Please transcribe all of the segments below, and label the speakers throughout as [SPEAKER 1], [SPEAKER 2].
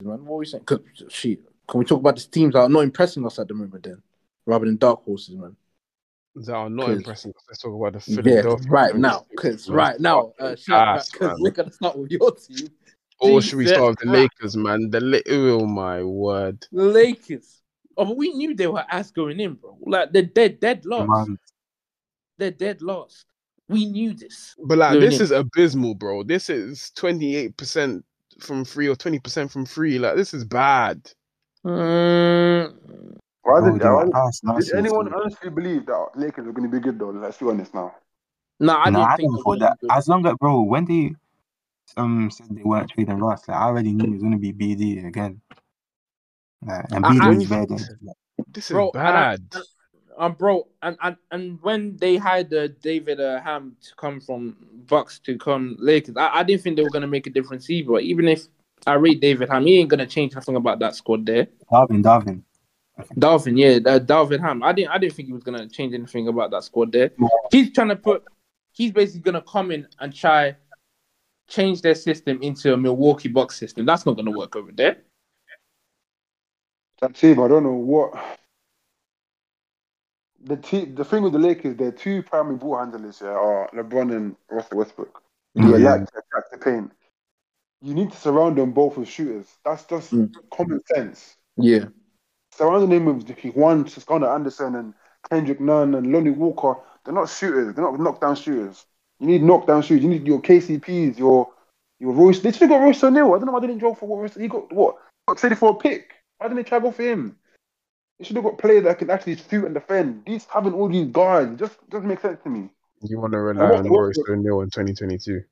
[SPEAKER 1] man. What are we saying? Cause, she, can we talk about these teams that are not impressing us at the moment then? Rather than dark horses, man.
[SPEAKER 2] that are not
[SPEAKER 1] 'Cause-
[SPEAKER 2] impressing. Let's talk about the
[SPEAKER 1] Yeah,
[SPEAKER 2] Philadelphia.
[SPEAKER 1] right now. Because right now, uh, shout
[SPEAKER 2] ass,
[SPEAKER 1] because
[SPEAKER 2] man.
[SPEAKER 1] we're going to start with your team.
[SPEAKER 2] Or should we
[SPEAKER 1] Jesus
[SPEAKER 2] start with the
[SPEAKER 1] Christ.
[SPEAKER 2] Lakers, man? The La- oh my word,
[SPEAKER 1] The Lakers. Oh, but we knew they were ass going in, bro. Like, they're dead, dead lost.
[SPEAKER 2] man.
[SPEAKER 1] They're dead lost. We knew this.
[SPEAKER 2] But like,
[SPEAKER 1] No,
[SPEAKER 2] this
[SPEAKER 1] no.
[SPEAKER 2] is abysmal, bro. This is twenty eight percent from free or twenty percent from free. Like, this is bad.
[SPEAKER 1] Mm,
[SPEAKER 3] Why
[SPEAKER 4] Bro,
[SPEAKER 3] did,
[SPEAKER 4] they were
[SPEAKER 3] why-
[SPEAKER 4] ass last
[SPEAKER 3] did
[SPEAKER 4] season.
[SPEAKER 3] anyone honestly believe that Lakers were going to be good though? Let's be honest now.
[SPEAKER 1] No, I
[SPEAKER 4] no,
[SPEAKER 1] didn't
[SPEAKER 4] I
[SPEAKER 1] think
[SPEAKER 4] didn't
[SPEAKER 1] it
[SPEAKER 4] thought
[SPEAKER 1] was
[SPEAKER 4] that.
[SPEAKER 1] good.
[SPEAKER 4] As long as, bro, when they um said they weren't trading Russ, like, I already knew it was gonna be BD again. Like, and
[SPEAKER 1] I- I-
[SPEAKER 4] BD was there then.
[SPEAKER 2] This is
[SPEAKER 1] Bro, and I-
[SPEAKER 2] bad.
[SPEAKER 1] Um, bro, and, and and when they hired uh, David uh, Ham to come from Bucks to come Lakers, I, I didn't think they were gonna make a difference either. Even if I rate David Ham, he ain't gonna change nothing about that squad there.
[SPEAKER 4] Darvin, Darvin.
[SPEAKER 1] Dalvin, yeah, that Dalvin Ham. I didn't, I didn't think he was gonna change anything about that squad there.
[SPEAKER 4] No.
[SPEAKER 1] He's trying to put, he's basically gonna come in and try change their system into a Milwaukee Bucks system. That's not gonna work over there.
[SPEAKER 3] That team, I don't know what. The team, the thing with the Lakers, their two primary ball handlers here are LeBron and Russell Westbrook. You
[SPEAKER 4] Yeah.
[SPEAKER 3] like to attack the paint. You need to surround them both with shooters. That's just
[SPEAKER 1] Mm.
[SPEAKER 3] common sense.
[SPEAKER 1] Yeah,
[SPEAKER 3] Surrounding them with Juan, Suscona Anderson, and Kendrick Nunn and Lonnie Walker. They're not shooters. They're not knockdown shooters. You need knockdown shooters. You need your KCPs, your your Royce. They should have got Royce O'Neal. I don't know why they didn't go for Royce. He got what? Got traded for a pick. Why didn't they try to go for him? They should have got players that can actually shoot and defend. These having all these guards just doesn't make sense to me.
[SPEAKER 2] You want to rely
[SPEAKER 3] what-
[SPEAKER 2] on
[SPEAKER 3] what-
[SPEAKER 2] Royce O'Neal in twenty twenty two?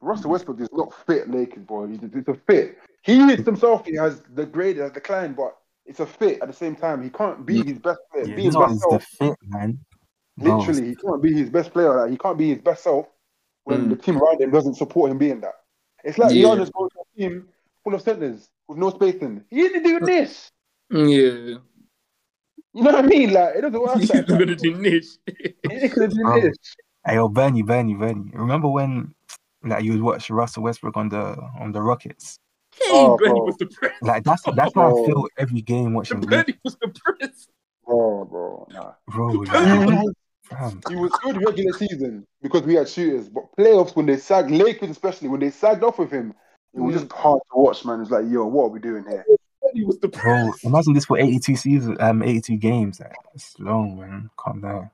[SPEAKER 3] Russell Westbrook is not fit, Lakers boy. He's, it's a fit. He admits himself he has degraded, has declined, but it's a fit. At the same time, he can't be
[SPEAKER 4] Yeah.
[SPEAKER 3] his best player.
[SPEAKER 4] Yeah,
[SPEAKER 3] be
[SPEAKER 4] this
[SPEAKER 3] his
[SPEAKER 4] one
[SPEAKER 3] best
[SPEAKER 4] is the
[SPEAKER 3] self.
[SPEAKER 4] fit, man. Bro, it's-
[SPEAKER 3] Literally, he can't be his best player. Like, he can't be his best self when
[SPEAKER 4] Hmm.
[SPEAKER 1] Mm.
[SPEAKER 3] the team around him doesn't support him being that. It's like
[SPEAKER 1] Yeah.
[SPEAKER 3] Giannis goes to a team full of centers with no spacing. He didn't do this.
[SPEAKER 1] yeah.
[SPEAKER 3] You know what I mean? Like it doesn't work.
[SPEAKER 1] He's
[SPEAKER 3] Like,
[SPEAKER 1] gonna
[SPEAKER 3] that.
[SPEAKER 1] do niche.
[SPEAKER 3] He could have
[SPEAKER 4] Bro.
[SPEAKER 3] done this.
[SPEAKER 4] Hey, yo, Bernie, Bernie, Bernie. Remember when like you would watch Russell Westbrook on the on the Rockets?
[SPEAKER 3] Oh,
[SPEAKER 1] Bernie
[SPEAKER 3] bro.
[SPEAKER 1] was depressed.
[SPEAKER 4] Like that's that's how I
[SPEAKER 3] Bro.
[SPEAKER 4] feel every game watching the Lakers,
[SPEAKER 1] Bernie was depressed.
[SPEAKER 3] Bro, bro, nah.
[SPEAKER 4] bro.
[SPEAKER 3] He
[SPEAKER 4] Like,
[SPEAKER 3] was-
[SPEAKER 4] fam.
[SPEAKER 3] he was good regular season because we had shooters, but playoffs when they sagged, Lakers especially when they sagged off with him, it was
[SPEAKER 4] Hmm.
[SPEAKER 3] just hard to watch, man. It's like, yo, what are we doing here?
[SPEAKER 1] Bernie was
[SPEAKER 4] Bro,
[SPEAKER 1] depressed.
[SPEAKER 4] imagine this for 82 seasons, um, 82 games. Like, it's long, man. Calm down.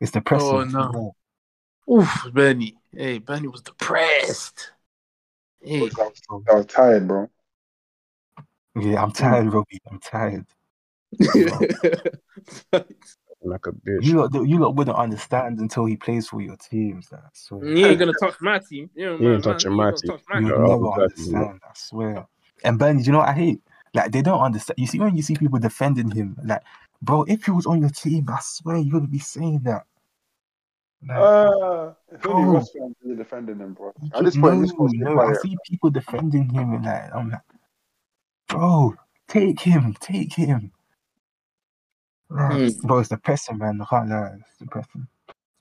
[SPEAKER 4] It's depressing.
[SPEAKER 1] Oh, no. Oh, Oof, Bernie. Hey, Bernie was depressed.
[SPEAKER 3] I
[SPEAKER 1] Hey,
[SPEAKER 3] was, I was tired, bro.
[SPEAKER 4] Yeah, I'm tired, Robbie. I'm tired.
[SPEAKER 2] Like a bitch.
[SPEAKER 4] You lot, you lot wouldn't understand until he plays for your teams. Like, I swear.
[SPEAKER 1] you ain't gonna touch my team. You, know,
[SPEAKER 2] You ain't
[SPEAKER 1] my-
[SPEAKER 2] touching
[SPEAKER 1] you
[SPEAKER 2] my
[SPEAKER 1] don't
[SPEAKER 2] team.
[SPEAKER 1] touch my
[SPEAKER 4] You
[SPEAKER 2] Yeah,
[SPEAKER 4] would
[SPEAKER 2] I'll
[SPEAKER 4] never
[SPEAKER 2] be glad to know.
[SPEAKER 4] understand. I swear. And Bernie, you know what I hate? Like, they don't understand. You see, when you see people defending him, like, bro, if he was on your team, I swear you wouldn't be saying that. Like,
[SPEAKER 3] Uh, if only
[SPEAKER 4] Bro.
[SPEAKER 3] Russ fans were defending him, bro.
[SPEAKER 4] You
[SPEAKER 3] At this
[SPEAKER 4] keep-
[SPEAKER 3] point,
[SPEAKER 4] Oh. no,
[SPEAKER 3] this was
[SPEAKER 4] no, I see people defending him, and like, I'm like, bro, take him, take him. Like,
[SPEAKER 1] Hmm.
[SPEAKER 4] Bro, it's depressing, man. I can't lie, it's depressing.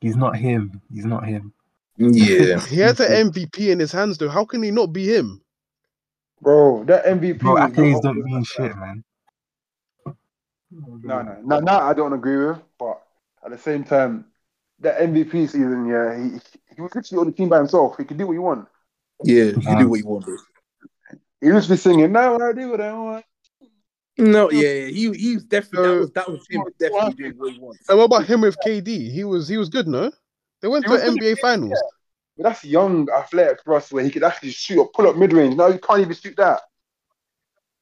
[SPEAKER 4] He's not him. He's not him.
[SPEAKER 1] Yeah.
[SPEAKER 2] He has an MVP in his hands, though. How can he not be him?
[SPEAKER 3] bro. That MVP.
[SPEAKER 4] Bro,
[SPEAKER 3] was
[SPEAKER 4] accolades
[SPEAKER 3] not-
[SPEAKER 4] don't mean shit, man.
[SPEAKER 3] No, no, no, no. I don't agree with, but at the same time, that MVP season, yeah, he he was literally on the team by himself. He could do what he want.
[SPEAKER 1] Yeah, you can do what you want, bro.
[SPEAKER 3] He was just singing, "Now what I do what I want."
[SPEAKER 1] No, yeah, yeah. He, he was definitely, that was, that was him
[SPEAKER 3] So-
[SPEAKER 1] definitely doing what he wants.
[SPEAKER 2] And what about him with KD? He was he was good, no? They went
[SPEAKER 3] He
[SPEAKER 2] to
[SPEAKER 3] was
[SPEAKER 2] an
[SPEAKER 3] good,
[SPEAKER 2] NBA Finals.
[SPEAKER 3] But that's young, athletic Russ, where he could actually shoot or pull up mid range. Now you can't even shoot that.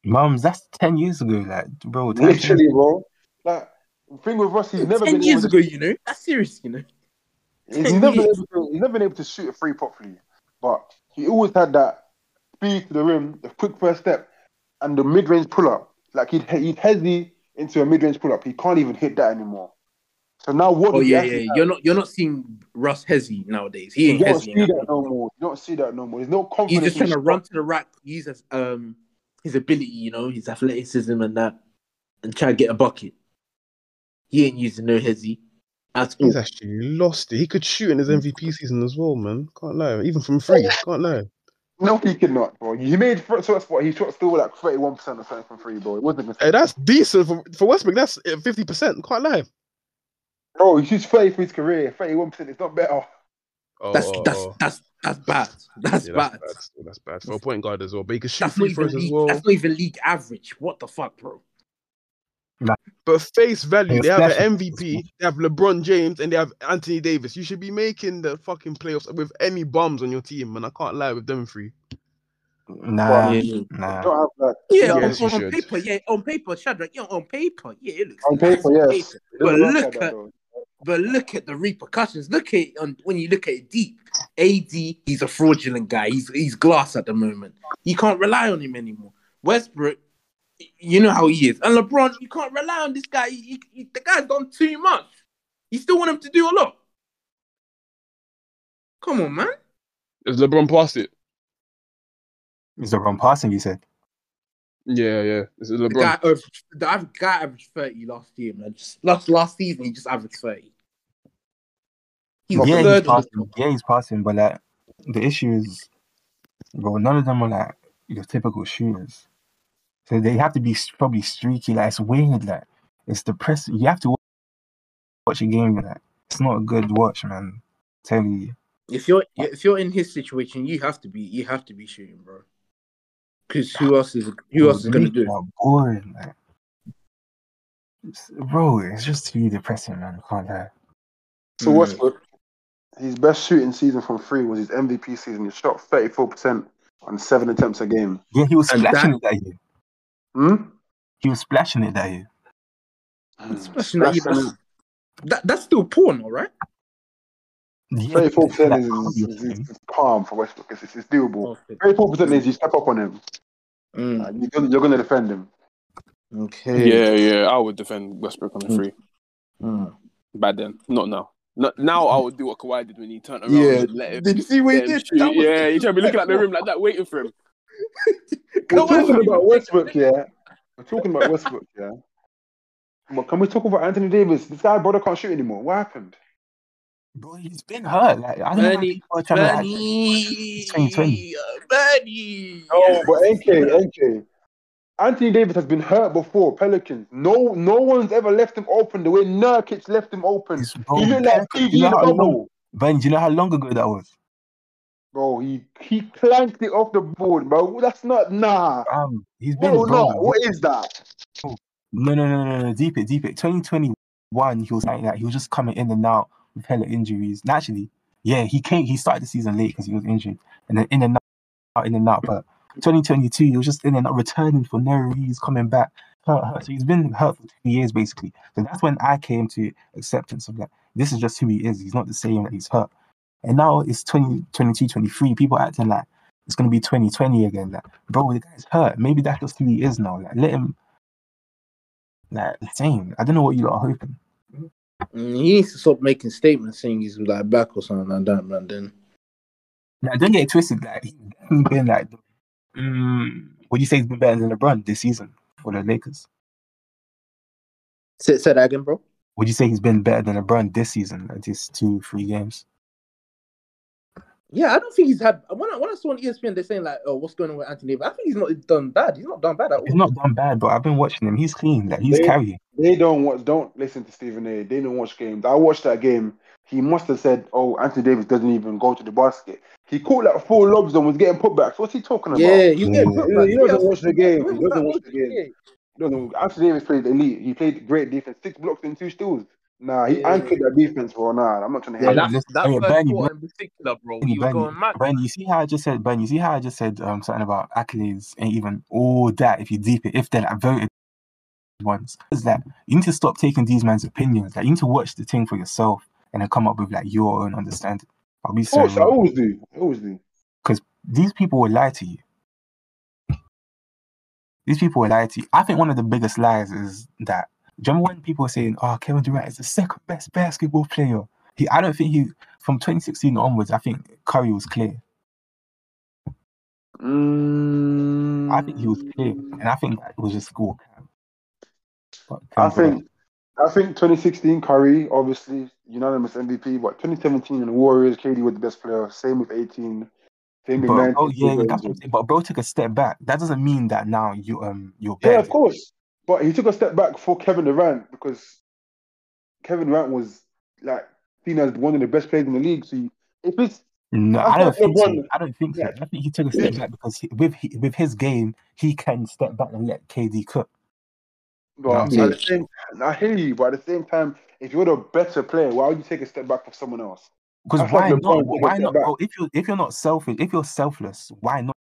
[SPEAKER 4] Mums, that's ten years ago, like, bro. 10 years-
[SPEAKER 3] Literally, bro. Like the thing with Russ, he's never
[SPEAKER 1] 10
[SPEAKER 3] been
[SPEAKER 1] years
[SPEAKER 3] able
[SPEAKER 1] ago,
[SPEAKER 3] to,
[SPEAKER 1] you know. That's serious, you know.
[SPEAKER 3] he's
[SPEAKER 1] 10
[SPEAKER 3] never been
[SPEAKER 1] years.
[SPEAKER 3] able to, he's never been able to shoot a free properly. But he always had that speed to the rim, the quick first step, and the mid range pull up. Like he'd he'd hezzy into a mid range pull up. He can't even hit that anymore. So now what?
[SPEAKER 1] Oh,
[SPEAKER 3] do you
[SPEAKER 1] yeah,
[SPEAKER 3] actually
[SPEAKER 1] yeah.
[SPEAKER 3] have?
[SPEAKER 1] You're not, you're not seeing Russ Hezzy nowadays. He ain't
[SPEAKER 3] You don't
[SPEAKER 1] Hezzy.
[SPEAKER 3] see
[SPEAKER 1] now.
[SPEAKER 3] that no more. You don't see that no more. There's no
[SPEAKER 1] He's
[SPEAKER 3] confidence.
[SPEAKER 1] just
[SPEAKER 3] in
[SPEAKER 1] trying to
[SPEAKER 3] shot.
[SPEAKER 1] run to the rack, use his um his ability, you know, his athleticism and that, and try to get a bucket. He ain't using no hezzy at all.
[SPEAKER 2] He's actually lost it. He could shoot in his MVP season as well, man. Can't lie. Even from free. Can't lie.
[SPEAKER 3] No, he could not, bro. He made first shot spot. He shot still like thirty-one percent or something from three, bro. It wasn't a
[SPEAKER 2] Hey,
[SPEAKER 3] mistake.
[SPEAKER 2] that's decent for, for Westbrook. That's fifty percent. Quite lie.
[SPEAKER 3] Bro, he shoots thirty for his career. Thirty-one percent. It's not better.
[SPEAKER 2] Oh,
[SPEAKER 1] That's
[SPEAKER 2] oh,
[SPEAKER 1] that's
[SPEAKER 2] oh.
[SPEAKER 1] that's that's bad. That's
[SPEAKER 2] Yeah,
[SPEAKER 1] bad.
[SPEAKER 2] that's bad. That's bad for a point guard as well. But he can shoot
[SPEAKER 1] That's not,
[SPEAKER 2] free
[SPEAKER 1] even
[SPEAKER 2] throws as
[SPEAKER 1] league,
[SPEAKER 2] well.
[SPEAKER 1] that's not even league average. What the fuck, bro?
[SPEAKER 2] But face value,
[SPEAKER 4] Yeah,
[SPEAKER 2] they have
[SPEAKER 4] especially-
[SPEAKER 2] an MVP, they have LeBron James, and they have Anthony Davis. You should be making the fucking playoffs with any bums on your team, and I can't lie with them three.
[SPEAKER 4] Nah,
[SPEAKER 1] yeah.
[SPEAKER 3] You
[SPEAKER 4] nah.
[SPEAKER 3] don't have like
[SPEAKER 1] Yeah,
[SPEAKER 2] Yes,
[SPEAKER 1] on,
[SPEAKER 2] you
[SPEAKER 1] on
[SPEAKER 2] should.
[SPEAKER 1] paper, yeah, on paper, Shadrach, yeah, on paper, yeah, it looks
[SPEAKER 3] on
[SPEAKER 1] nice
[SPEAKER 3] paper, yes. It
[SPEAKER 1] But
[SPEAKER 3] doesn't work like
[SPEAKER 1] look
[SPEAKER 3] that,
[SPEAKER 1] at-
[SPEAKER 3] though.
[SPEAKER 1] But look at the repercussions. Look at it on, when you look at it deep. AD, he's a fraudulent guy. He's he's glass at the moment. You can't rely on him anymore. Westbrook, y- you know how he is, and LeBron, you can't rely on this guy. He, he- he- the guy's done too much. You still want him to do a lot. Come on, man.
[SPEAKER 2] Is LeBron past it?
[SPEAKER 4] It's the wrong passing, you said.
[SPEAKER 2] Yeah, yeah. Is it
[SPEAKER 1] The
[SPEAKER 2] LeBron?
[SPEAKER 1] guy, averaged, the av- guy averaged thirty last year, man. Just last last season, he just averaged thirty. He's
[SPEAKER 4] yeah, he's
[SPEAKER 1] third. on the-
[SPEAKER 4] passing. Yeah, he's passing, but like the issue is, bro, none of them are like your typical shooters. So they have to be s- probably streaky. Like it's weird. Like it's depressing. You have to wa- watch a game like it's not a good watch, man. Tell you,
[SPEAKER 1] If you're if you're in his situation, you have to be you have to be shooting, bro. Because who else is who else is gonna do it?
[SPEAKER 4] Are boring, like. It's- Bro, it's just too depressing, man. I can't lie.
[SPEAKER 3] So
[SPEAKER 1] Mm.
[SPEAKER 3] Westbrook, his best shooting season from three was his MVP season. He shot thirty-four percent on seven attempts a game.
[SPEAKER 4] Yeah, he was
[SPEAKER 1] And that-
[SPEAKER 4] splashing it that year.
[SPEAKER 3] Hmm.
[SPEAKER 4] He was splashing it that year.
[SPEAKER 1] Especially not even- that, that's still porn, all right?
[SPEAKER 4] Yeah,
[SPEAKER 3] Thirty-four percent
[SPEAKER 4] like,
[SPEAKER 3] is,
[SPEAKER 4] obviously.
[SPEAKER 3] is, is, is palm for Westbrook. It's, it's, it's doable.
[SPEAKER 1] Okay.
[SPEAKER 3] Thirty-four percent is you step up on him.
[SPEAKER 1] Mm.
[SPEAKER 3] Like, you're, gonna, you're gonna defend him.
[SPEAKER 1] Okay.
[SPEAKER 5] Yeah, yeah. I would defend Westbrook on the
[SPEAKER 4] Hmm.
[SPEAKER 1] Mm.
[SPEAKER 5] free.
[SPEAKER 1] Mm.
[SPEAKER 5] Back then, not now. No, now I would do what Kawhi did when he turned around.
[SPEAKER 1] Yeah.
[SPEAKER 5] and let him,
[SPEAKER 1] Did you see what
[SPEAKER 5] let
[SPEAKER 1] he
[SPEAKER 5] him
[SPEAKER 1] did?
[SPEAKER 5] shoot.
[SPEAKER 1] That was-
[SPEAKER 5] yeah, he tried to be looking at the rim like that, waiting for him.
[SPEAKER 3] We're
[SPEAKER 1] Come on,
[SPEAKER 3] talking about Westbrook, yeah. We're talking about Westbrook, yeah. Come on, can we talk about Anthony Davis? This guy, brother, can't shoot anymore. What happened?
[SPEAKER 4] Bro, he's been hurt. Like, I don't know why
[SPEAKER 1] Bernie,
[SPEAKER 4] people are trying to act-
[SPEAKER 1] Bernie,
[SPEAKER 4] 2020.
[SPEAKER 1] Bernie.
[SPEAKER 3] No, but NK, NK. Anthony Davis has been hurt before. Pelicans. No, no one's ever left him open the way Nurkic left him open.
[SPEAKER 4] It's- bro,
[SPEAKER 3] he looked like PG
[SPEAKER 4] you
[SPEAKER 3] in
[SPEAKER 4] know
[SPEAKER 3] the
[SPEAKER 4] how long,
[SPEAKER 3] bubble.
[SPEAKER 4] Ben, do you know how long ago that was?
[SPEAKER 3] Bro, he he clanked it off the board, bro. That's not nah.
[SPEAKER 4] Um, he's been
[SPEAKER 3] No,
[SPEAKER 4] bro,
[SPEAKER 3] no. What is that?
[SPEAKER 4] no, no, no, no, no, deep it, deep it. 2021, he was like that. He was just coming in and out with hella injuries. Naturally, yeah, he came. He started the season late because he was injured, and then in and out, in and out. But 2022, he was just in and out, returning for no reason, coming back. Hurt, hurt. So he's been hurt for two years basically. So that's when I came to acceptance of that. This is just who he is. He's not the same that he's hurt. And now it's 2022, 23. People acting like it's gonna be 2020 again. Like, bro, the guy's hurt. Maybe that's just who he is now. Like, let him like, damn, I don't know what you lot are hoping.
[SPEAKER 1] Mm, He needs to stop making statements saying he's like back or something like that, man. Then
[SPEAKER 4] Like, don't get it twisted. Like, he's definitely been like, mm, would you say he's been better than LeBron this season for the Lakers?
[SPEAKER 1] say, say that again, bro.
[SPEAKER 4] Would you say he's been better than LeBron this season? Like, these two, three games.
[SPEAKER 1] Yeah, I don't think he's had. When I, when I saw on ESPN, they're saying like, "Oh, what's going on with Anthony?" Davis? I think he's not done bad. He's not done bad at all.
[SPEAKER 4] He's not done bad, but I've been watching him. He's clean. Like, he's
[SPEAKER 3] Yeah.
[SPEAKER 4] carrying.
[SPEAKER 3] They don't watch. Don't listen to Stephen A. They don't watch games. I watched that game. He must have said, "Oh, Anthony Davis doesn't even go to the basket." He caught like four lobs and was getting putbacks. What's he talking about?
[SPEAKER 1] Yeah, he's
[SPEAKER 4] Yeah.
[SPEAKER 1] getting
[SPEAKER 3] he,
[SPEAKER 1] put
[SPEAKER 3] he
[SPEAKER 1] back.
[SPEAKER 3] doesn't watch the game. He
[SPEAKER 1] Put back
[SPEAKER 3] doesn't watch
[SPEAKER 1] all
[SPEAKER 3] the game.
[SPEAKER 1] day.
[SPEAKER 3] He doesn't- Anthony Davis played elite. He played great defense, six blocks and two steals. Nah, he
[SPEAKER 1] Yeah.
[SPEAKER 3] anchored that defense, bro. Nah, I'm not trying to hear
[SPEAKER 4] Yeah,
[SPEAKER 5] Yeah, that,
[SPEAKER 3] that.
[SPEAKER 4] listen,
[SPEAKER 5] that
[SPEAKER 4] hey,
[SPEAKER 5] first
[SPEAKER 4] Bernie,
[SPEAKER 5] quarter in particular, bro,
[SPEAKER 4] Bernie,
[SPEAKER 5] he was going mad.
[SPEAKER 4] Bernie, you see how I just said, Bernie, you see how I just said um, something about accolades and even all that if you deep it, if they're like voted ones. Is that you need to stop taking these men's opinions. Like you need to watch the thing for yourself and then come up with like your own understanding. I'll be
[SPEAKER 3] Of course, I
[SPEAKER 4] sorry.
[SPEAKER 3] always do. I always do.
[SPEAKER 4] These people will lie to you. These people will lie to you. I think one of the biggest lies is that do you remember when people were saying, Oh, Kevin Durant is the second best basketball player. He I don't think he from 2016 onwards, I think Curry was clear. I think he was
[SPEAKER 3] Mm.
[SPEAKER 4] clear. And I think that was just school.
[SPEAKER 3] I think I think 2016 Curry, obviously unanimous MVP, but 2017 and the Warriors, KD was the best player. Same with 18. Same with
[SPEAKER 4] But,
[SPEAKER 3] Nine.
[SPEAKER 4] oh yeah, yeah, that's what I'm saying. But bro took a step back. That doesn't mean that now you um you're
[SPEAKER 3] Yeah,
[SPEAKER 4] better.
[SPEAKER 3] of course. But he took a step back for Kevin Durant because Kevin Durant was like seen as one of the best players in the league. So you- if it's
[SPEAKER 4] No,
[SPEAKER 3] That's
[SPEAKER 4] I don't
[SPEAKER 3] what
[SPEAKER 4] think so.
[SPEAKER 3] LeBron-
[SPEAKER 4] I don't think so.
[SPEAKER 3] Yeah.
[SPEAKER 4] I think he took a step back because he, with he, with his game, he can step back and let KD cook.
[SPEAKER 3] but
[SPEAKER 4] Yeah.
[SPEAKER 3] at the same time, I hear you, but at the same time, if you're the better player, why would you take a step back for someone else?
[SPEAKER 4] Because
[SPEAKER 3] That's
[SPEAKER 4] why
[SPEAKER 3] like
[SPEAKER 4] not?
[SPEAKER 3] LeBron took a
[SPEAKER 4] Why
[SPEAKER 3] step
[SPEAKER 4] not?
[SPEAKER 3] back.
[SPEAKER 4] Bro, if you if you're not selfish, if you're selfless, why not?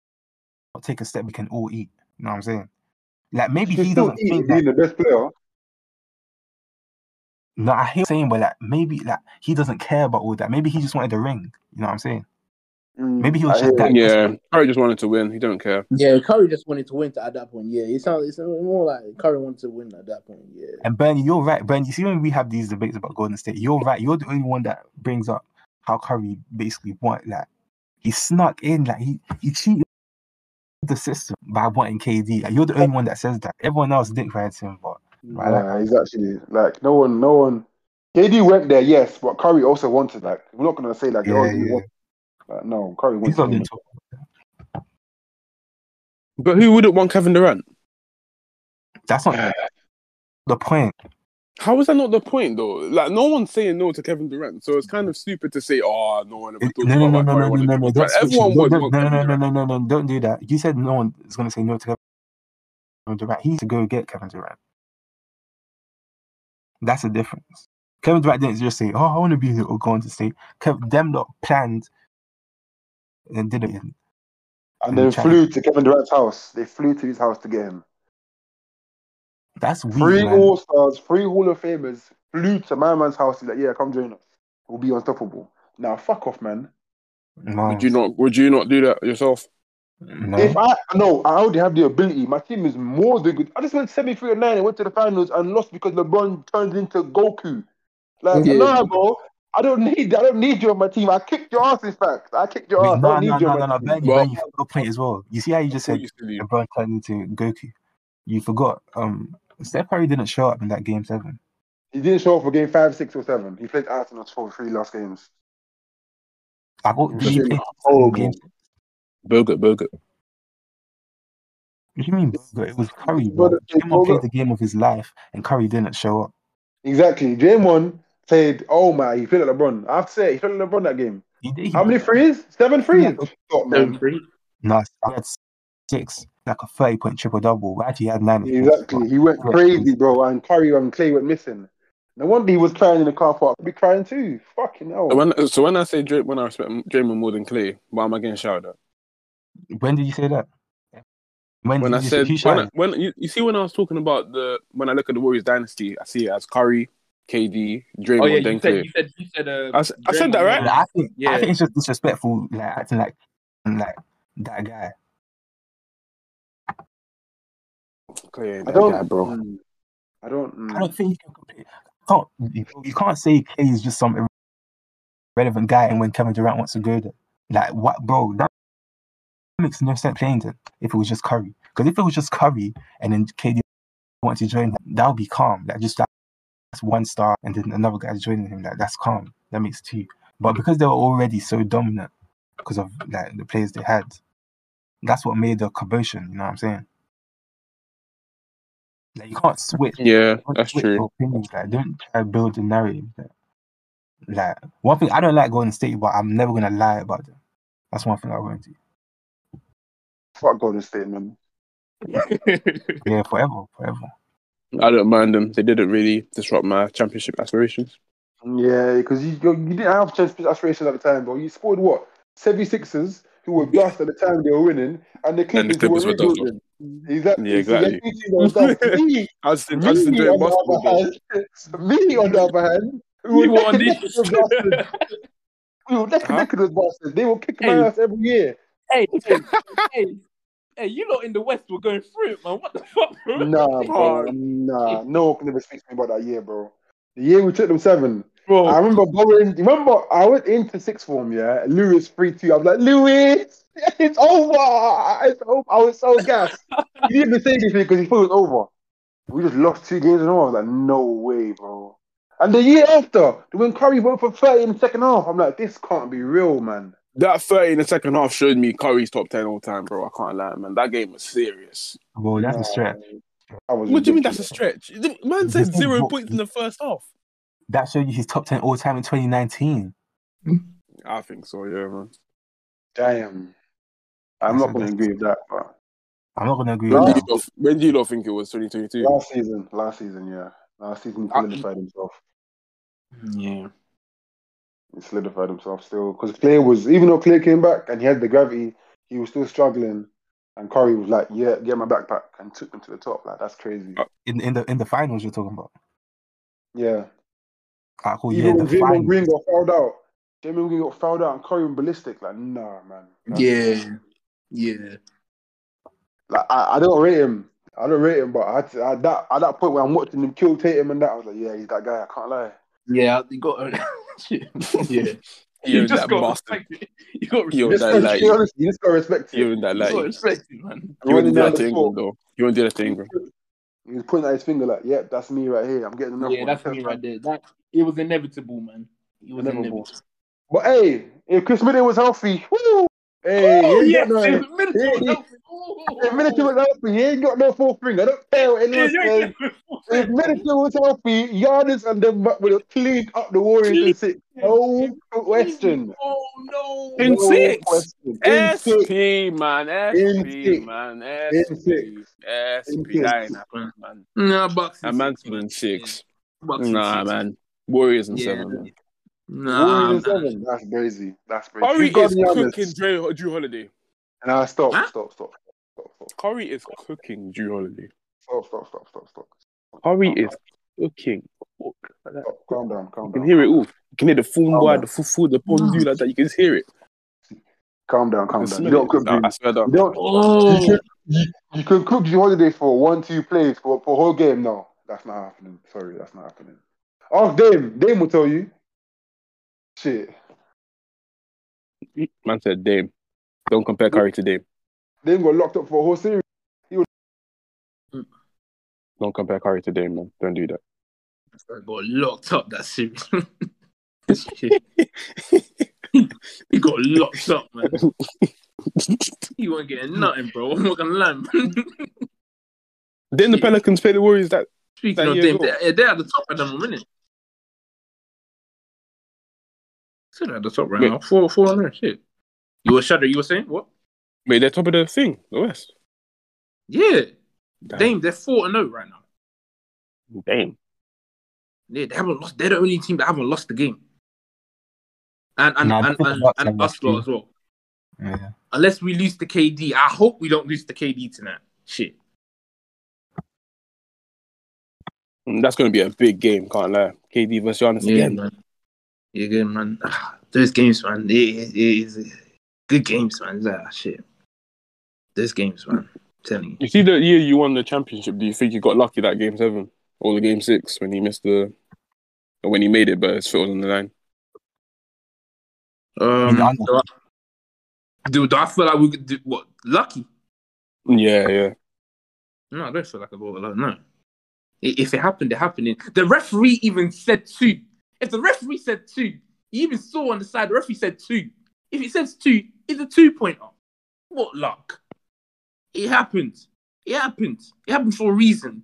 [SPEAKER 4] not take a step we can all eat. You know what I'm saying? Like maybe
[SPEAKER 3] He's
[SPEAKER 4] he
[SPEAKER 3] still
[SPEAKER 4] doesn't
[SPEAKER 3] eating
[SPEAKER 4] think that.
[SPEAKER 3] being the best player.
[SPEAKER 4] No, I hear what you're saying, but like maybe like he doesn't care about all that. Maybe he just wanted the ring. You know what I'm saying?
[SPEAKER 3] Mm,
[SPEAKER 4] Maybe he was
[SPEAKER 3] I
[SPEAKER 4] just
[SPEAKER 3] hear
[SPEAKER 4] that.
[SPEAKER 3] you.
[SPEAKER 2] Yeah, Curry just wanted to win. He don't care.
[SPEAKER 1] Yeah, Curry just wanted to win at that point. Yeah, it sounds it's more like Curry wanted to win at that point. Yeah.
[SPEAKER 4] And Bernie, you're right. Bernie, you see when we have these debates about Golden State, you're right. You're the only one that brings up how Curry basically want like he snuck in, like he he cheated the system by wanting KD. Like, you're the only one that says that. Everyone else dick rides him, but right, like,
[SPEAKER 3] Nah, he's actually like no one, no one. KD went there, yes, but Curry also wanted like we're not gonna say like
[SPEAKER 4] Yeah,
[SPEAKER 3] oh, he
[SPEAKER 4] yeah.
[SPEAKER 3] wanted- like, no, Curry wanted.
[SPEAKER 4] he's not
[SPEAKER 3] him.
[SPEAKER 4] doing talk.
[SPEAKER 2] But who wouldn't want Kevin Durant?
[SPEAKER 4] That's not the point.
[SPEAKER 2] How is that not the point though? Like no one's saying no to Kevin Durant, so it's kind of stupid to say, "Oh, no one ever
[SPEAKER 4] It-
[SPEAKER 2] talked
[SPEAKER 4] No, no,
[SPEAKER 2] about what
[SPEAKER 4] no, no,
[SPEAKER 2] Curry
[SPEAKER 4] no, no,
[SPEAKER 2] wanted."
[SPEAKER 4] no, no.
[SPEAKER 2] But
[SPEAKER 4] Don't switch it.
[SPEAKER 2] everyone
[SPEAKER 4] Don't-
[SPEAKER 2] would
[SPEAKER 4] don't-
[SPEAKER 2] want
[SPEAKER 4] No, no,
[SPEAKER 2] Kevin
[SPEAKER 4] no,
[SPEAKER 2] Durant.
[SPEAKER 4] no, no, no, no. Don't do that. You said no one is going to say no to Kevin Durant. He needs to go get Kevin Durant. That's the difference. Kevin Durant didn't just say, "Oh, I want to be here or go on to state." Kev- them lot planned and did it.
[SPEAKER 3] And then
[SPEAKER 4] China.
[SPEAKER 3] flew to Kevin Durant's house. They flew to his house to get him.
[SPEAKER 4] That's weak,
[SPEAKER 3] Three
[SPEAKER 4] man.
[SPEAKER 3] All Stars, three Hall of Famers flew to my man's house. He's like, yeah, come join us. We'll be unstoppable. Now, fuck off, man.
[SPEAKER 4] No,
[SPEAKER 2] Would you not? Would you not do that yourself?
[SPEAKER 4] no.
[SPEAKER 3] If I no, I already have the ability. My team is more than good. I just went seventy three and nine and went to the finals and lost because LeBron turned into Goku. Like,
[SPEAKER 1] Yeah.
[SPEAKER 3] nah, bro. I don't need. I don't need you on my team. I kicked your ass. In fact, I kicked your
[SPEAKER 4] Wait,
[SPEAKER 3] ass. I
[SPEAKER 4] no,
[SPEAKER 3] don't need
[SPEAKER 4] no,
[SPEAKER 3] you
[SPEAKER 4] no,
[SPEAKER 3] on
[SPEAKER 4] no,
[SPEAKER 3] my
[SPEAKER 4] no.
[SPEAKER 3] team.
[SPEAKER 4] Bernie,
[SPEAKER 2] Well-
[SPEAKER 4] Bernie, you forgot a point as well. You see how you just
[SPEAKER 2] Or
[SPEAKER 4] said
[SPEAKER 2] you silly?
[SPEAKER 4] LeBron turned into Goku. You forgot. Um, Steph Curry didn't show up in that game seven.
[SPEAKER 3] He didn't show up for game five, six, or seven. He played Arsenal's for three last games.
[SPEAKER 4] I thought did he
[SPEAKER 3] Looking
[SPEAKER 4] play
[SPEAKER 3] horrible.
[SPEAKER 4] game
[SPEAKER 2] Bogut, Bogut.
[SPEAKER 4] What do you mean, bro? It was Curry,
[SPEAKER 3] it's
[SPEAKER 4] bro.
[SPEAKER 3] not- it's
[SPEAKER 4] Draymond played
[SPEAKER 3] over.
[SPEAKER 4] the game of his life, and Curry didn't show up.
[SPEAKER 3] Exactly. Draymond said, "Oh my, he played at LeBron." I have to say, he played at LeBron that game.
[SPEAKER 4] He did. He,
[SPEAKER 3] How many threes? Seven threes.
[SPEAKER 4] Yeah.
[SPEAKER 3] Stop, man.
[SPEAKER 4] No, he had six, like a thirty-point triple double. Why did he have nine? assists, bro?
[SPEAKER 3] Exactly. He went
[SPEAKER 4] Yeah.
[SPEAKER 3] crazy, bro. And Curry and Clay went missing. No wonder he was crying in the car park. I'd be crying too. Fucking hell.
[SPEAKER 4] Oh.
[SPEAKER 2] So when, so when I say Dray, when I respect Draymond more than Clay, why am I getting shouted at?
[SPEAKER 4] When did you say that? When,
[SPEAKER 2] When
[SPEAKER 4] did
[SPEAKER 2] I
[SPEAKER 4] you
[SPEAKER 2] said
[SPEAKER 4] say, who
[SPEAKER 2] when,
[SPEAKER 4] shot
[SPEAKER 2] I,
[SPEAKER 4] it?
[SPEAKER 2] when you, you see when I was talking about the when I look at the Warriors dynasty, I see it as Curry, KD, Draymond,
[SPEAKER 6] Oh yeah,
[SPEAKER 2] then
[SPEAKER 6] you said
[SPEAKER 2] Clay.
[SPEAKER 6] you said you said. Uh,
[SPEAKER 2] I s- I said that,
[SPEAKER 6] Draymond,
[SPEAKER 2] right?
[SPEAKER 4] Like, I think I
[SPEAKER 6] Yeah.
[SPEAKER 4] think it's just disrespectful, like acting like like that guy.
[SPEAKER 2] Clay, ain't
[SPEAKER 3] I
[SPEAKER 2] that
[SPEAKER 3] don't,
[SPEAKER 2] guy, bro.
[SPEAKER 3] mm, I don't. mm.
[SPEAKER 4] I don't think you can compare. Can't you, you can't say Clay is just some irrelevant guy, and when Kevin Durant wants to go there, like what, bro? That makes no sense playing them if it was just Curry. Because if it was just Curry and then KD wanted to join, that would be calm. Like just that, that's one star, and then another guy's joining him. Like that's calm. That makes two. But because they were already so dominant because of like the players they had, that's what made the commotion. You know what I'm saying? Like you can't switch
[SPEAKER 2] Yeah,
[SPEAKER 4] don't
[SPEAKER 2] that's
[SPEAKER 4] switch
[SPEAKER 2] true.
[SPEAKER 4] your Opinions, like, don't try to build a narrative. Like, like one thing I don't like Golden State, but I'm never gonna lie about them. That's one thing I won't do.
[SPEAKER 3] Fuck Golden State, man.
[SPEAKER 4] Yeah, forever, forever.
[SPEAKER 2] I don't mind them. They didn't really disrupt my championship aspirations.
[SPEAKER 3] Yeah, because you, you you didn't have championship aspirations at the time, bro. You scored what? 76ers, who were dust at the time they were winning, and the Clippers, who
[SPEAKER 2] Clippers
[SPEAKER 3] were
[SPEAKER 2] were dust.
[SPEAKER 3] rebuilding. Exactly.
[SPEAKER 2] Yeah,
[SPEAKER 3] So you had
[SPEAKER 2] exactly.
[SPEAKER 3] two teams on the side. Me,
[SPEAKER 2] I just, I
[SPEAKER 3] Me
[SPEAKER 2] just enjoy
[SPEAKER 3] on
[SPEAKER 2] basketball. bro.
[SPEAKER 3] the other hand, me on the other hand, we
[SPEAKER 6] You
[SPEAKER 3] were
[SPEAKER 6] were on
[SPEAKER 3] neck and neck
[SPEAKER 6] this.
[SPEAKER 3] with those bastards. We were neck and
[SPEAKER 2] Huh?
[SPEAKER 3] neck with those bastards. They will kick my
[SPEAKER 6] Hey.
[SPEAKER 3] ass every year.
[SPEAKER 6] hey, hey, hey, hey, you lot in the West were going through it, man. What the fuck, bro?
[SPEAKER 3] Nah, bro.
[SPEAKER 6] Hard.
[SPEAKER 3] Nah, no one can ever speak to me about that year, bro. The year we took them seven.
[SPEAKER 6] Bro,
[SPEAKER 2] Oh.
[SPEAKER 3] I remember going. Remember, I went into sixth form. Yeah, Lewis three two. I was like, Lewis, it's over. It's over. I was so gassed. He didn't even say anything because he thought it was over. We just lost two games in a row. I was like, no way, bro. And the year after, when Curry went for thirty in the second half, I'm like, this can't be real, man.
[SPEAKER 2] That 30 in the second half showed me Curry's top 10 all time, bro. I can't lie, man. That game was serious.
[SPEAKER 4] Bro, that's a stretch.
[SPEAKER 3] That was
[SPEAKER 2] What do you mean that's a
[SPEAKER 3] ridiculous.
[SPEAKER 2] stretch? The Man said
[SPEAKER 4] This is
[SPEAKER 2] zero
[SPEAKER 4] what-
[SPEAKER 2] points in the first half.
[SPEAKER 4] That showed you his top ten all time in 2019.
[SPEAKER 2] I think so, yeah, man.
[SPEAKER 3] Damn. I'm not
[SPEAKER 4] That's
[SPEAKER 3] going to
[SPEAKER 4] a-
[SPEAKER 3] agree with that, but
[SPEAKER 4] I'm not gonna agree
[SPEAKER 3] No.
[SPEAKER 4] with
[SPEAKER 2] When do
[SPEAKER 4] that.
[SPEAKER 2] you lot, when do you lot think it was 2022?
[SPEAKER 3] last season, last season, yeah. Last season, he solidified himself.
[SPEAKER 6] Yeah.
[SPEAKER 3] He solidified himself still. Because Clay was, even though Clay came back and he had the gravity, he was still struggling. And Curry was like, yeah, get my backpack and took them to the top. Like, that's crazy.
[SPEAKER 2] Uh,
[SPEAKER 4] In, in the in the finals you're talking about.
[SPEAKER 3] Yeah.
[SPEAKER 4] Ah, cool, yeah,
[SPEAKER 3] Even
[SPEAKER 4] the
[SPEAKER 3] when Draymond Green
[SPEAKER 4] finals.
[SPEAKER 3] got fouled out, Draymond Green got fouled out and Curry went ballistic. Like, nah, man. That's-
[SPEAKER 6] Yeah. Yeah.
[SPEAKER 3] Like, I, I don't rate him. I don't rate him, but I, had to- at that at that point when I'm watching him kill Tatum and that, I was like, yeah, he's that guy. I can't lie.
[SPEAKER 6] Yeah, you got yeah.
[SPEAKER 2] You're
[SPEAKER 6] just
[SPEAKER 2] that
[SPEAKER 6] got
[SPEAKER 2] bastard.
[SPEAKER 6] respect it. You got respect.
[SPEAKER 2] Yo,
[SPEAKER 6] You
[SPEAKER 3] Just,
[SPEAKER 2] that, like,
[SPEAKER 3] to be honest, you just gotta respect him.
[SPEAKER 2] You're in that
[SPEAKER 6] got
[SPEAKER 2] light.
[SPEAKER 6] respect it, man.
[SPEAKER 2] You wouldn't do that to
[SPEAKER 3] Running down the
[SPEAKER 2] Ingram,
[SPEAKER 3] court.
[SPEAKER 2] though. You wouldn't do that to Ingram.
[SPEAKER 3] He was pointing at his finger like, "Yep, that's me right here. I'm getting another
[SPEAKER 6] Yeah,
[SPEAKER 3] one."
[SPEAKER 6] that's me right there. That it was inevitable, man. It was
[SPEAKER 3] Inevitable.
[SPEAKER 6] inevitable.
[SPEAKER 3] But hey, if Chris Middleton was healthy, woo, hey,
[SPEAKER 6] Oh,
[SPEAKER 3] he
[SPEAKER 6] yes,
[SPEAKER 3] ain't got no.
[SPEAKER 6] if Middleton was
[SPEAKER 3] Yeah,
[SPEAKER 6] healthy. Oh,
[SPEAKER 3] If Middleton was healthy, he ain't got no fourth finger. I don't care what anyone says. If Middleton was healthy, Giannis and them would have cleaned up the Warriors in six. No question.
[SPEAKER 6] Oh no.
[SPEAKER 2] In
[SPEAKER 3] no
[SPEAKER 2] six?
[SPEAKER 3] Question. In six.
[SPEAKER 2] SP, man. SP,
[SPEAKER 3] six.
[SPEAKER 2] man.
[SPEAKER 3] In
[SPEAKER 2] SP.
[SPEAKER 3] six.
[SPEAKER 2] SP.
[SPEAKER 3] In
[SPEAKER 2] That
[SPEAKER 3] six.
[SPEAKER 2] ain't happening, man.
[SPEAKER 6] Nah, Bucks.
[SPEAKER 2] A
[SPEAKER 6] in
[SPEAKER 2] man's
[SPEAKER 6] six, man.
[SPEAKER 2] in six.
[SPEAKER 6] Bucks in
[SPEAKER 2] Nah,
[SPEAKER 6] six.
[SPEAKER 2] man. Warriors and
[SPEAKER 6] Yeah.
[SPEAKER 2] seven, man.
[SPEAKER 6] Nah,
[SPEAKER 3] Warriors in
[SPEAKER 6] man.
[SPEAKER 3] seven. That's crazy. That's crazy.
[SPEAKER 2] Curry
[SPEAKER 3] You got
[SPEAKER 2] is
[SPEAKER 3] Giannis.
[SPEAKER 2] cooking Drew, Drew Holiday.
[SPEAKER 3] Nah, stop,
[SPEAKER 6] Huh?
[SPEAKER 3] stop, stop, stop, stop,
[SPEAKER 2] Curry is cooking Drew Holiday.
[SPEAKER 3] stop, stop, stop, stop, stop.
[SPEAKER 2] Curry is cooking. Cook. Like that.
[SPEAKER 3] Stop. Calm down, calm
[SPEAKER 2] You
[SPEAKER 3] down.
[SPEAKER 2] can hear it all. You can hear the foam
[SPEAKER 3] Calm
[SPEAKER 2] boy,
[SPEAKER 3] down.
[SPEAKER 2] the fufu, the pondu, like that. You can just hear it.
[SPEAKER 3] Calm down,
[SPEAKER 2] You
[SPEAKER 3] calm
[SPEAKER 2] can
[SPEAKER 3] down.
[SPEAKER 2] smell
[SPEAKER 3] You don't
[SPEAKER 2] it.
[SPEAKER 3] cook
[SPEAKER 2] Nah,
[SPEAKER 3] Drew.
[SPEAKER 2] I swear down.
[SPEAKER 3] You don't. You
[SPEAKER 6] Oh,
[SPEAKER 3] can, you, you can cook your holiday for one, two plays for for whole game. No, that's not happening. Sorry, that's not happening. Ask Dame. Dame will tell you. Shit.
[SPEAKER 2] Man said, Dame. Don't compare Curry to Dame.
[SPEAKER 3] Dame got locked up for a whole series.
[SPEAKER 2] Don't compare Curry to Dame, man. Don't do that.
[SPEAKER 6] I got locked up that series. Shit. he got locked up, man. He won't get nothing, bro. I'm not gonna lie, man.
[SPEAKER 2] Didn't the
[SPEAKER 6] Shit.
[SPEAKER 2] Pelicans play the Warriors that
[SPEAKER 6] Speaking
[SPEAKER 2] That
[SPEAKER 6] of
[SPEAKER 2] year
[SPEAKER 6] them,
[SPEAKER 2] ago.
[SPEAKER 6] they're, they're at the top at the moment, innit? So they're at the top right
[SPEAKER 2] Wait.
[SPEAKER 6] now. Four, four hundred. Shit. You were shadow. You were saying what?
[SPEAKER 2] Wait, they're top of the thing, the West.
[SPEAKER 6] Yeah,
[SPEAKER 2] Damn.
[SPEAKER 6] Dame. They're four and zero right now.
[SPEAKER 2] Damn.
[SPEAKER 6] Yeah, they haven't lost. They're the only team that haven't lost the game. And and
[SPEAKER 4] Nah, I
[SPEAKER 6] and,
[SPEAKER 4] think the
[SPEAKER 6] and,
[SPEAKER 4] Bucks have
[SPEAKER 6] and
[SPEAKER 4] lost
[SPEAKER 6] us lot
[SPEAKER 4] too.
[SPEAKER 6] as well.
[SPEAKER 4] Yeah.
[SPEAKER 6] Unless we lose to KD, I hope we don't lose to KD tonight. Shit.
[SPEAKER 2] Mm, That's going to be a big game, can't lie. KD versus Giannis
[SPEAKER 6] Yeah,
[SPEAKER 2] again.
[SPEAKER 6] man. Yeah, good man. Ah, Those games, man. It is, it is good games, man. Ah, shit. Those games, man. I'm telling you.
[SPEAKER 2] You see, the year you won the championship, do you think you got lucky that game seven or the game six when he missed the. Or when he made it, but his foot was on the line.
[SPEAKER 6] Um,
[SPEAKER 4] Yeah, I
[SPEAKER 6] do, I, do, do I feel like we could do what? Lucky?
[SPEAKER 2] Yeah, yeah.
[SPEAKER 6] No, I don't feel like I got lucky. No. I- If it happened, it happened. The referee even said two. If the referee said two, you even saw on the side, the referee said two. If it says two, it's a two pointer. What luck? It happened. It happened. It happened for a reason.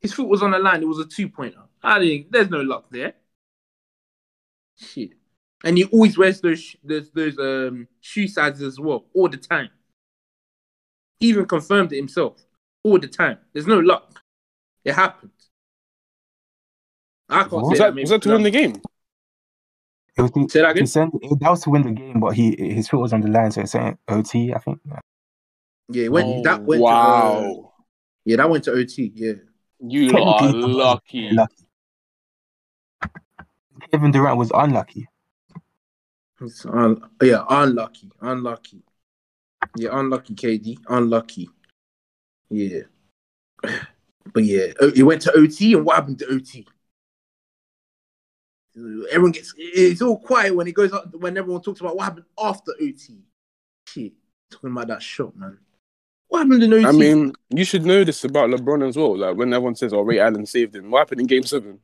[SPEAKER 6] His foot was on the line. It was a two pointer. I think there's no luck there. Shit. And he always wears those sh- those those um shoe sizes as well all the time. He even confirmed it himself all the time. There's no luck. It happened. I can't
[SPEAKER 4] Was
[SPEAKER 2] Was
[SPEAKER 6] say
[SPEAKER 2] that, was that to win the game?
[SPEAKER 4] It was the,
[SPEAKER 6] Say that again?
[SPEAKER 4] to send, that was to win the game, but he his foot was on the line, so it sent OT, I think.
[SPEAKER 6] Yeah, it went, that went
[SPEAKER 2] Oh, wow.
[SPEAKER 6] to uh, yeah, that went to OT. Yeah,
[SPEAKER 2] you lot are
[SPEAKER 4] Technically,
[SPEAKER 2] lucky.
[SPEAKER 4] Lucky. Kevin Durant was unlucky.
[SPEAKER 6] It's un- yeah, unlucky, unlucky. Yeah, unlucky, KD, unlucky. Yeah, but yeah, o- it went to OT, and what happened to OT? Everyone gets it's all quiet when it goes up when everyone talks about what happened after OT. Shit, talking about that shot, man. What happened in OT?
[SPEAKER 2] I mean, you should know this about LeBron as well. Like when everyone says, "Oh, Ray Allen saved him," what happened in Game Seven?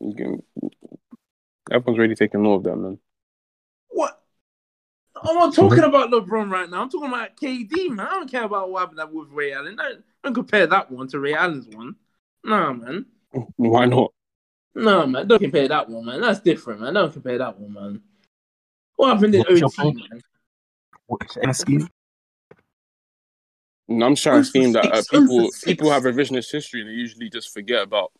[SPEAKER 2] You can... Everyone's really taking note of that, man.
[SPEAKER 6] What? I'm not talking about LeBron right now. I'm talking about KD, man. I don't care about what happened with Ray Allen. Don't, don't compare that one to Ray Allen's one. Nah, man.
[SPEAKER 2] Why not?
[SPEAKER 6] Nah, man. Don't compare that one, man. That's different, man. Don't compare that one, man. What happened in
[SPEAKER 4] What's your
[SPEAKER 6] OT,
[SPEAKER 4] point?
[SPEAKER 6] man?
[SPEAKER 4] What's in a scheme?
[SPEAKER 2] And I'm trying to scheme that uh,
[SPEAKER 6] Six,
[SPEAKER 2] people
[SPEAKER 6] six.
[SPEAKER 2] people have revisionist history and they usually just forget about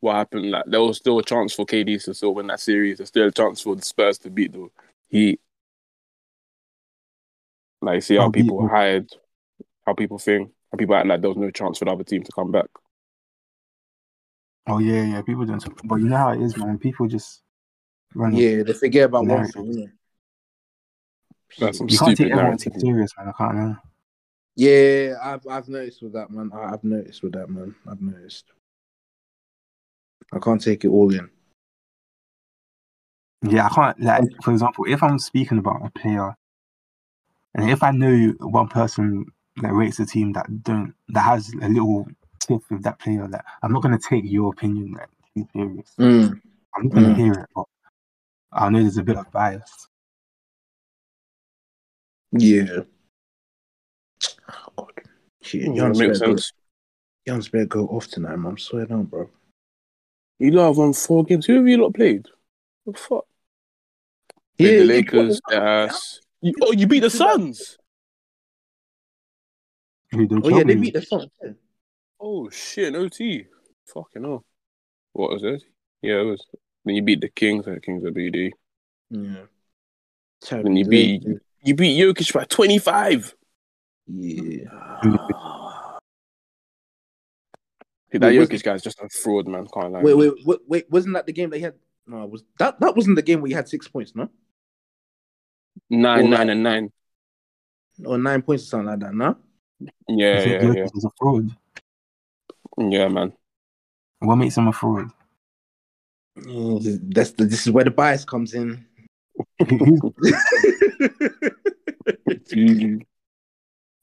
[SPEAKER 2] what happened. Like there was still a chance for KD to still win that series. There's still a chance for the Spurs to beat the Heat. Like see how
[SPEAKER 4] Oh, beat
[SPEAKER 2] people
[SPEAKER 4] them.
[SPEAKER 2] hide, how people think, how people act like there was no chance for the other team to come back.
[SPEAKER 4] Oh yeah, yeah. People don't. But you know how it is, man. People just run. it.
[SPEAKER 1] Yeah, they forget about one
[SPEAKER 4] Narrative.
[SPEAKER 1] thing. innit?
[SPEAKER 2] That's some
[SPEAKER 4] You can't take
[SPEAKER 2] stupid
[SPEAKER 4] everyone
[SPEAKER 2] narrative.
[SPEAKER 4] too serious, man. I can't lie.
[SPEAKER 1] Yeah, I've I've noticed with that man. I, I've noticed with that man. I've noticed. I can't take it all in.
[SPEAKER 4] Yeah, I can't. Like, for example, if I'm speaking about a player, and if I know one person that rates a team that don't that has a little tiff with that player, like, I'm not gonna take your opinion like too serious.
[SPEAKER 1] Mm.
[SPEAKER 4] I'm not gonna
[SPEAKER 1] Mm.
[SPEAKER 4] hear it, but I know there's a bit of bias.
[SPEAKER 1] Yeah. Oh, God. Shit,
[SPEAKER 2] Yeah,
[SPEAKER 1] Jan
[SPEAKER 2] it makes
[SPEAKER 1] Smith, bro.
[SPEAKER 2] sense.
[SPEAKER 1] Jan's better go off tonight, man. Swear down, bro.
[SPEAKER 2] You lot have won four games. Who have you lot played? The fuck?
[SPEAKER 1] Yeah,
[SPEAKER 2] Played the
[SPEAKER 1] you-
[SPEAKER 2] Lakers, their ass. You, oh, you beat the Suns.
[SPEAKER 4] Who don't
[SPEAKER 1] Oh yeah,
[SPEAKER 4] help
[SPEAKER 1] they
[SPEAKER 4] me.
[SPEAKER 1] beat the Suns. yeah.
[SPEAKER 2] Oh shit, no OT. Fucking hell. What was it? Yeah, it was. Then you beat the Kings. The Kings are BD.
[SPEAKER 1] Yeah.
[SPEAKER 2] Then you beat you beat Jokic by twenty five.
[SPEAKER 1] Yeah.
[SPEAKER 2] That wait,
[SPEAKER 1] Wait, was-
[SPEAKER 2] Jokic guy's just a fraud, man. Can't lie.
[SPEAKER 1] Wait, wait, wait, wait, wasn't that the game they had? No, it was that that wasn't the game where you had six points, no,
[SPEAKER 2] Nine,
[SPEAKER 1] Well,
[SPEAKER 2] nine, and nine.
[SPEAKER 1] or nine points or something like that, no?
[SPEAKER 4] I
[SPEAKER 2] Yeah,
[SPEAKER 4] think
[SPEAKER 2] yeah,
[SPEAKER 4] Jokic
[SPEAKER 2] yeah,
[SPEAKER 4] is a fraud.
[SPEAKER 2] yeah, man.
[SPEAKER 4] What makes him a fraud?
[SPEAKER 1] Yeah, this- that's the, this is where the bias comes in.
[SPEAKER 4] Who- who's-
[SPEAKER 1] this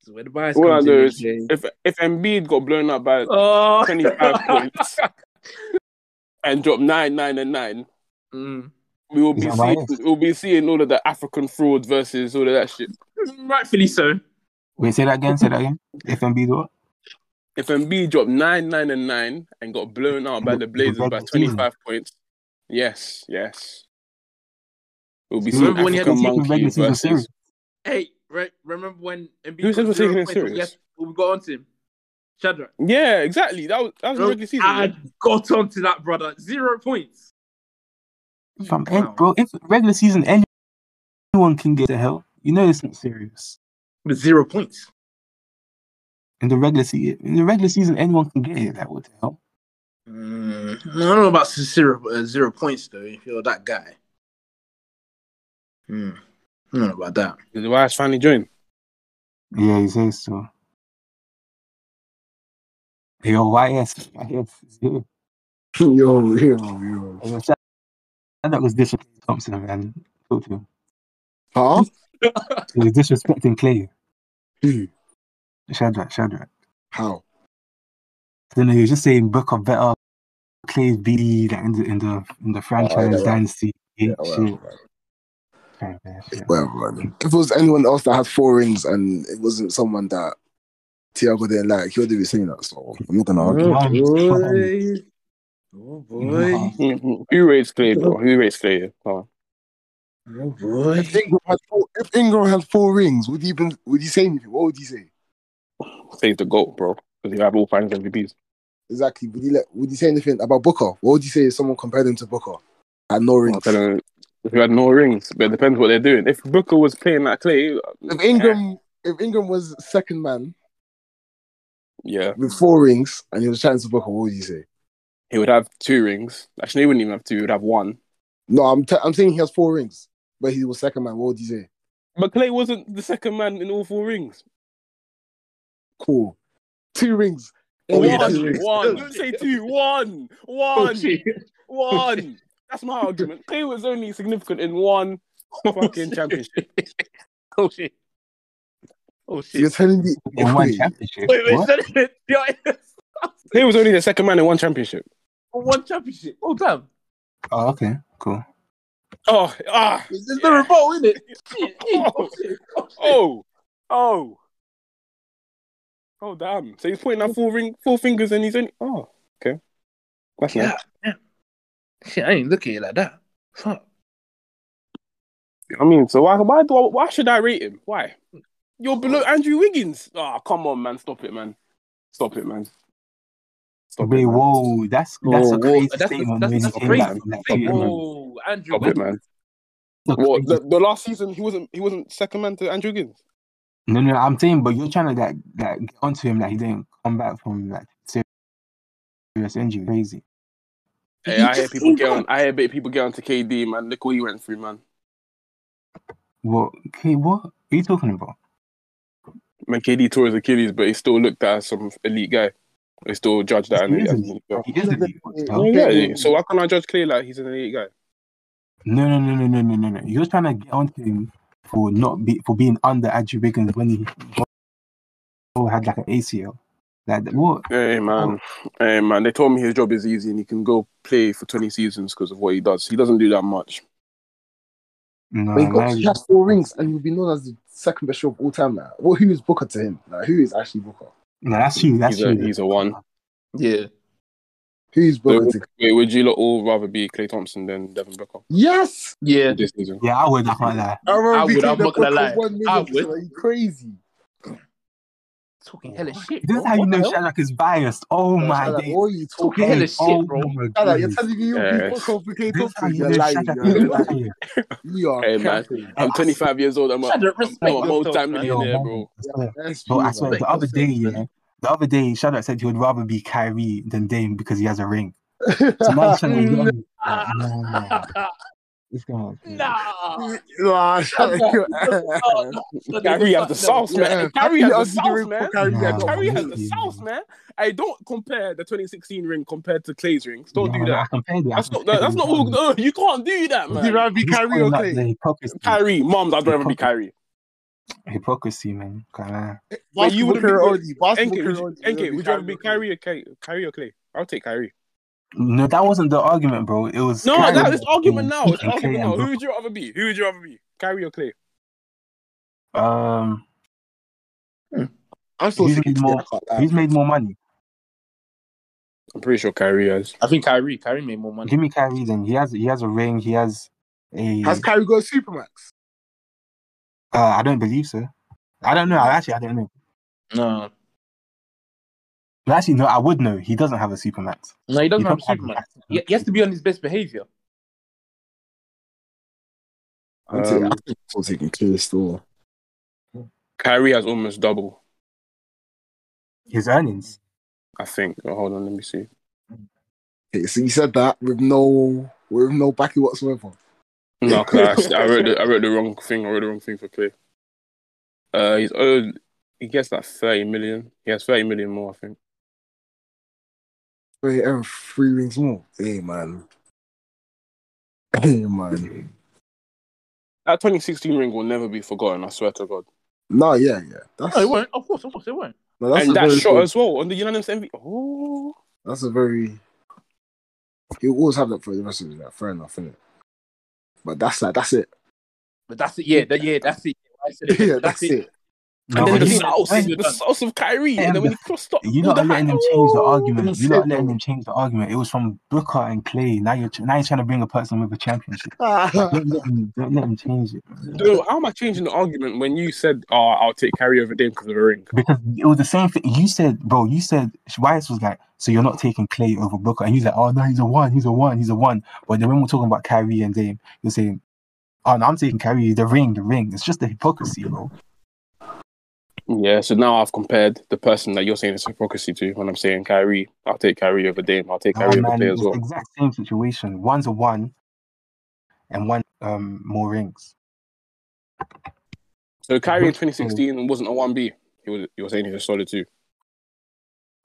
[SPEAKER 1] is where the bias
[SPEAKER 2] All I
[SPEAKER 1] comes
[SPEAKER 2] know
[SPEAKER 1] in.
[SPEAKER 2] is-
[SPEAKER 1] Jay.
[SPEAKER 2] If if Embiid got blown up by
[SPEAKER 6] Oh,
[SPEAKER 2] twenty five points and dropped nine, nine, and nine,
[SPEAKER 6] Mm.
[SPEAKER 2] we will be
[SPEAKER 4] Is that
[SPEAKER 2] seeing
[SPEAKER 4] biased?
[SPEAKER 2] we'll be seeing all of the African fraud versus all of that shit.
[SPEAKER 6] Mm, rightfully so.
[SPEAKER 4] Wait, say that again. Say that again. FMB what?
[SPEAKER 2] if Embiid dropped nine, nine, and nine and got blown out by the Blazers by
[SPEAKER 4] Regular
[SPEAKER 2] twenty
[SPEAKER 4] season.
[SPEAKER 2] five points, yes, yes, we'll be
[SPEAKER 4] You
[SPEAKER 2] seeing
[SPEAKER 6] remember when he had
[SPEAKER 2] African
[SPEAKER 4] to take the
[SPEAKER 2] monkey
[SPEAKER 4] regular season
[SPEAKER 2] versus.
[SPEAKER 4] serious?
[SPEAKER 6] Hey, re- remember when Embiid
[SPEAKER 2] Who said
[SPEAKER 6] got
[SPEAKER 2] we're taking
[SPEAKER 6] zero
[SPEAKER 2] it
[SPEAKER 6] points and
[SPEAKER 2] serious?
[SPEAKER 6] We, had- we got onto him. Shadrach.
[SPEAKER 2] Yeah, exactly. That was that was the regular season.
[SPEAKER 6] I got onto that brother. Zero points.
[SPEAKER 4] From end, bro. If regular season end, anyone can get to hell. You know it's not serious.
[SPEAKER 6] Zero points.
[SPEAKER 4] In the regular season, in the regular season, anyone can get it. Like what the hell?
[SPEAKER 1] Mm,
[SPEAKER 6] I don't know about zero, uh, zero points though. If you're that guy, Hmm.
[SPEAKER 1] mm, I don't know about that.
[SPEAKER 2] Is why it's finally joined.
[SPEAKER 4] Yeah, he says so. Yo, YS, YS, yo,
[SPEAKER 1] Yo, yo, yo.
[SPEAKER 4] yo, shout- shout out was disrespecting Thompson, man. Talk to him.
[SPEAKER 1] Huh?
[SPEAKER 4] He was disrespecting Clay.
[SPEAKER 1] Who?
[SPEAKER 4] Shadrach, Shadrach.
[SPEAKER 1] How?
[SPEAKER 4] Then he was just saying book of better Clay's BD like, in the in the in the franchise
[SPEAKER 1] well.
[SPEAKER 4] dynasty. Oh, Yeah,
[SPEAKER 1] well,
[SPEAKER 4] shit. Yeah, yeah, shit.
[SPEAKER 7] Well, man. If it was anyone else that had four rings and it wasn't someone that Tiago didn't like, he would be saying that. So I'm not gonna argue.
[SPEAKER 4] Come
[SPEAKER 1] Oh
[SPEAKER 4] on.
[SPEAKER 1] boy. Oh boy.
[SPEAKER 2] Mhm. Who rates Clay, bro? Who rates Clay? Come on.
[SPEAKER 1] Oh boy.
[SPEAKER 7] If Ingram had four, if Ingram had four rings, would you even would you say anything? What would you say?
[SPEAKER 2] Save the goat, bro. Because you have all finals MVPs.
[SPEAKER 7] Exactly. Would you let, would you say anything about Booker? What would you say if someone compared him to Booker? Had no
[SPEAKER 2] I'm
[SPEAKER 7] rings.
[SPEAKER 2] telling you, If you uh, had no rings, but it depends what they're doing. If Booker was playing like Clay,
[SPEAKER 7] If Ingram if Ingram was second man
[SPEAKER 2] yeah,
[SPEAKER 7] with four rings and he was chatting to Booker, what would you say?
[SPEAKER 2] he would have two rings. Actually, he wouldn't even have two. He would have one.
[SPEAKER 7] No, I'm t- I'm saying he has four rings, but he was second man. What would you say?
[SPEAKER 2] But Clay wasn't the second man in all four rings.
[SPEAKER 7] Cool. Two rings.
[SPEAKER 6] Oh,
[SPEAKER 2] One,
[SPEAKER 7] yeah, that's-
[SPEAKER 2] one. Don't say two. One. One. One. That's my argument. Clay was only significant in one fucking championship.
[SPEAKER 6] Oh shit. Oh
[SPEAKER 7] You're
[SPEAKER 6] shit.
[SPEAKER 7] telling me
[SPEAKER 4] In one
[SPEAKER 7] Wait.
[SPEAKER 4] championship.
[SPEAKER 6] Wait, wait,
[SPEAKER 4] what?
[SPEAKER 6] shut it.
[SPEAKER 2] Clay was only the second man in one championship.
[SPEAKER 6] One championship. Oh damn.
[SPEAKER 4] Oh, okay, cool.
[SPEAKER 2] Oh, ah,
[SPEAKER 6] There's
[SPEAKER 2] Yeah.
[SPEAKER 6] no revolt in it.
[SPEAKER 2] Oh. oh, oh, oh, damn. So he's pointing out four ring, four fingers, and he's only. Oh, okay. That's nice.
[SPEAKER 6] Shit, I ain't look at it like that. Fuck.
[SPEAKER 2] I mean, so why, why do I, why should I rate him? Why? You're below Andrew Wiggins. Ah, come on, man. Stop it, man. Stop it, man. Stop
[SPEAKER 4] Wait,
[SPEAKER 2] it, man.
[SPEAKER 4] whoa, that's that's
[SPEAKER 6] Whoa,
[SPEAKER 4] a
[SPEAKER 6] whoa,
[SPEAKER 4] crazy
[SPEAKER 6] that's-
[SPEAKER 4] statement.
[SPEAKER 6] that's-
[SPEAKER 4] when
[SPEAKER 6] that's
[SPEAKER 4] he came back
[SPEAKER 2] crazy.
[SPEAKER 4] from that
[SPEAKER 2] Wait,
[SPEAKER 4] treatment.
[SPEAKER 6] Whoa, Andrew.
[SPEAKER 2] Stop it, man.
[SPEAKER 4] That's a
[SPEAKER 2] What
[SPEAKER 4] crazy-
[SPEAKER 2] the, the last season he wasn't he wasn't second man to Andrew Wiggins.
[SPEAKER 4] No, no, I'm saying, but you're trying to like, like get onto him like he didn't come back from like ser- serious injury, crazy.
[SPEAKER 2] Hey, I hear people get on. I hear bit people get onto KD, man. Look what he went through, man.
[SPEAKER 4] What? Okay, what are you talking about?
[SPEAKER 2] Man, KD tore his Achilles, but he still looked at some elite guy. He still judged that. An elite, as an elite guy.
[SPEAKER 4] He is a league. what the hell?
[SPEAKER 2] Yeah, yeah. So why can't I judge Clay like he's an elite guy?
[SPEAKER 4] No, no, no, no, no, no, no, no. You're trying to get onto him for not be for being under Andrew Wiggins when he oh, had like an ACL. Like that- what?
[SPEAKER 2] Hey man,
[SPEAKER 4] Oh.
[SPEAKER 2] hey man. They told me his job is easy and he can go play for twenty seasons because of what he does. He doesn't do that much.
[SPEAKER 4] No,
[SPEAKER 7] But he, got,
[SPEAKER 4] man.
[SPEAKER 7] he has four rings and he'll be known as the second best shot of all time now. Well, who is Booker to him? Like, who is actually Booker?
[SPEAKER 4] no, that's you. That's
[SPEAKER 2] He's a
[SPEAKER 4] you.
[SPEAKER 2] he's a one.
[SPEAKER 6] Yeah.
[SPEAKER 7] Who is
[SPEAKER 2] So,
[SPEAKER 7] Booker to?
[SPEAKER 2] wait, would you lot all rather be Clay Thompson than Devin Booker
[SPEAKER 7] Yes,
[SPEAKER 6] Yeah.
[SPEAKER 2] this season?
[SPEAKER 4] Yeah, I would. I can't lie.
[SPEAKER 7] I, remember
[SPEAKER 6] I
[SPEAKER 7] we
[SPEAKER 6] would, I'm
[SPEAKER 7] claimed that
[SPEAKER 6] not gonna
[SPEAKER 7] Booker
[SPEAKER 6] lie.
[SPEAKER 7] won
[SPEAKER 6] I
[SPEAKER 7] million, so Are you crazy?
[SPEAKER 6] Talking hella shit.
[SPEAKER 4] This is
[SPEAKER 6] bro.
[SPEAKER 4] how you
[SPEAKER 6] What the
[SPEAKER 4] know
[SPEAKER 6] hell?
[SPEAKER 4] Shadrach is biased. Oh my
[SPEAKER 7] Shut up,
[SPEAKER 4] days.
[SPEAKER 7] what are you
[SPEAKER 6] Talking
[SPEAKER 7] talking?
[SPEAKER 4] Hey,
[SPEAKER 6] hella shit,
[SPEAKER 4] oh
[SPEAKER 6] bro.
[SPEAKER 4] my
[SPEAKER 7] Shut up, you're
[SPEAKER 4] goodness.
[SPEAKER 7] telling me you'll
[SPEAKER 2] Yes.
[SPEAKER 7] be Booker over Klay
[SPEAKER 4] This is how
[SPEAKER 7] Thompson.
[SPEAKER 4] you
[SPEAKER 7] You're
[SPEAKER 4] know
[SPEAKER 7] lying.
[SPEAKER 4] Shadrach
[SPEAKER 7] You're
[SPEAKER 4] is
[SPEAKER 7] lying.
[SPEAKER 4] biased.
[SPEAKER 7] You are
[SPEAKER 2] Hey man,
[SPEAKER 7] capping.
[SPEAKER 2] I'm 25 years old. I'm a,
[SPEAKER 6] Trying to
[SPEAKER 2] I'm, I'm a
[SPEAKER 6] respect yourself,
[SPEAKER 2] multi
[SPEAKER 6] man.
[SPEAKER 4] Yo,
[SPEAKER 2] millionaire,
[SPEAKER 4] man,
[SPEAKER 2] bro.
[SPEAKER 4] I swear.
[SPEAKER 7] That's
[SPEAKER 4] Bro, I
[SPEAKER 7] you,
[SPEAKER 4] swear,
[SPEAKER 7] man.
[SPEAKER 4] the other day,
[SPEAKER 6] yourself,
[SPEAKER 4] yeah,
[SPEAKER 6] man.
[SPEAKER 4] the other day, Shadrach said he would rather be Kyrie than Dame because he has a ring. So man's trying to get on. Like, no, no, this guy.
[SPEAKER 6] nah.
[SPEAKER 7] nah, shut up. You're ass.
[SPEAKER 2] Carry has the sauce,
[SPEAKER 7] Yeah,
[SPEAKER 2] man. Carry has the
[SPEAKER 7] I'll give you
[SPEAKER 2] sauce,
[SPEAKER 7] ring for
[SPEAKER 2] man.
[SPEAKER 7] Kyrie. I
[SPEAKER 4] Nah,
[SPEAKER 7] got
[SPEAKER 2] Carry
[SPEAKER 4] I'm
[SPEAKER 2] has
[SPEAKER 4] with
[SPEAKER 2] the
[SPEAKER 4] you,
[SPEAKER 2] sauce,
[SPEAKER 4] man.
[SPEAKER 2] man. I don't compare the 2016 ring compared to Clay's rings. Don't
[SPEAKER 4] Nah,
[SPEAKER 2] do
[SPEAKER 4] nah,
[SPEAKER 2] that.
[SPEAKER 4] I compared it. I
[SPEAKER 2] That's not. That,
[SPEAKER 4] compared it
[SPEAKER 2] that's
[SPEAKER 4] with
[SPEAKER 2] not. What,
[SPEAKER 4] Kyrie.
[SPEAKER 2] oh, you can't do that,
[SPEAKER 7] Would you
[SPEAKER 2] man.
[SPEAKER 7] rather be
[SPEAKER 4] I'm just
[SPEAKER 7] Kyrie or
[SPEAKER 4] calling out the
[SPEAKER 7] Clay?
[SPEAKER 4] hypocrisy.
[SPEAKER 2] Kyrie, moms, I'd rather be
[SPEAKER 4] Hypocr-
[SPEAKER 2] Kyrie.
[SPEAKER 4] hypocrisy, man. Can't lie.
[SPEAKER 2] Wait, you
[SPEAKER 7] Basketball
[SPEAKER 2] wouldn't be. Wait,
[SPEAKER 7] career only. Basketball
[SPEAKER 2] NK, would
[SPEAKER 7] career
[SPEAKER 2] you,
[SPEAKER 7] only.
[SPEAKER 2] NK, would you rather be Kyrie or Clay? Kyrie or Clay? I'll take Kyrie.
[SPEAKER 4] No, that wasn't the argument, bro. It was
[SPEAKER 2] No,
[SPEAKER 4] Kyrie
[SPEAKER 2] that is argument
[SPEAKER 4] and
[SPEAKER 2] now. It's
[SPEAKER 4] and Clay
[SPEAKER 2] argument now.
[SPEAKER 4] and
[SPEAKER 2] Who
[SPEAKER 4] Brook.
[SPEAKER 2] would you rather be? Who would you rather be? Kyrie or Clay?
[SPEAKER 4] Um,
[SPEAKER 7] I'm still
[SPEAKER 4] who's
[SPEAKER 7] sick of
[SPEAKER 4] made
[SPEAKER 7] Clay.
[SPEAKER 4] more?
[SPEAKER 7] I can't lie.
[SPEAKER 4] Who's made more money?
[SPEAKER 2] I'm pretty sure Kyrie has.
[SPEAKER 6] I think Kyrie. Kyrie made more money.
[SPEAKER 4] Give me Kyrie then. He has he has a ring. He has a.
[SPEAKER 7] Has Kyrie got a supermax?
[SPEAKER 4] Uh, I don't believe so. I don't know. I actually I don't know.
[SPEAKER 6] No.
[SPEAKER 4] But actually, no, I would know. He doesn't have a supermax.
[SPEAKER 6] No, he
[SPEAKER 4] He
[SPEAKER 6] doesn't have
[SPEAKER 4] doesn't
[SPEAKER 6] a
[SPEAKER 4] have
[SPEAKER 6] Superman.
[SPEAKER 4] a
[SPEAKER 6] He, he has to be on his best behavior.
[SPEAKER 7] I'm taking.
[SPEAKER 2] Um,
[SPEAKER 7] I'm still taking Clay still.
[SPEAKER 2] Kyrie has almost double,
[SPEAKER 4] His earnings.
[SPEAKER 2] I think. Oh, hold on, let me see.
[SPEAKER 7] Okay, so you said that with no with no backing whatsoever.
[SPEAKER 2] No, 'cause I, actually- I wrote the, I wrote the wrong thing. I wrote the wrong thing for Clay. Uh, he's owed. He gets like thirty million. He has thirty million more, I think.
[SPEAKER 7] Wait, Aaron, three rings more. Hey man. Hey man.
[SPEAKER 2] That 2016 ring will never be forgotten. I swear to God.
[SPEAKER 7] No, yeah, yeah. That's
[SPEAKER 6] No, it won't. Of course, of course, it won't.
[SPEAKER 7] no, that's
[SPEAKER 2] Oh,
[SPEAKER 7] a
[SPEAKER 2] and that
[SPEAKER 7] very
[SPEAKER 2] shot
[SPEAKER 7] good-
[SPEAKER 2] as well on the unanimous MVP. Oh,
[SPEAKER 7] That's a very. He'll always have that for the rest of his life. Fair enough, innit? But that's that. That's it.
[SPEAKER 6] But that's it. Yeah, that, yeah, that's it. I said it.
[SPEAKER 7] yeah,
[SPEAKER 6] But
[SPEAKER 7] that's it.
[SPEAKER 2] and
[SPEAKER 4] No,
[SPEAKER 2] then
[SPEAKER 4] but
[SPEAKER 2] the
[SPEAKER 4] you
[SPEAKER 6] he's-
[SPEAKER 4] lot,
[SPEAKER 2] sauce,
[SPEAKER 6] when-
[SPEAKER 2] the sauce of Kyrie,
[SPEAKER 4] Yeah,
[SPEAKER 2] and then when he
[SPEAKER 4] but-
[SPEAKER 2] crossed up
[SPEAKER 4] you
[SPEAKER 2] all
[SPEAKER 4] lot
[SPEAKER 2] the
[SPEAKER 4] are letting
[SPEAKER 2] hype.
[SPEAKER 4] them change the
[SPEAKER 7] That's
[SPEAKER 4] argument. You lot
[SPEAKER 7] it,
[SPEAKER 4] are letting
[SPEAKER 7] though.
[SPEAKER 4] them change the argument. It was from Booker and Clay. Now you're tr- now you're trying to bring a person with a championship. Like, don't let him don't let him change it man.
[SPEAKER 2] Dude, how am I changing the argument when you said, "Oh, I'll take Kyrie over Dame because of the ring"?
[SPEAKER 4] because it was the same thing. You said, bro, you said Weiss was like, so you're not taking Clay over Booker, and he's like, oh no, he's a one, he's a one, he's a one. But then when we're talking about Kyrie and Dame, you're saying, oh no, I'm taking Kyrie, the ring, the ring. It's just the hypocrisy, bro.
[SPEAKER 2] Yeah, so now I've compared the person that you're saying is hypocrisy to when I'm saying Kyrie. I'll take Kyrie over Dame. I'll take
[SPEAKER 4] Nah,
[SPEAKER 2] Kyrie over
[SPEAKER 4] man,
[SPEAKER 2] Clay as
[SPEAKER 4] it's the
[SPEAKER 2] well.
[SPEAKER 4] exact same situation. One's a one, and one um more rings.
[SPEAKER 2] So Kyrie in
[SPEAKER 4] Booker,
[SPEAKER 2] 2016 wasn't a one B. He was. You were saying he's a solid two.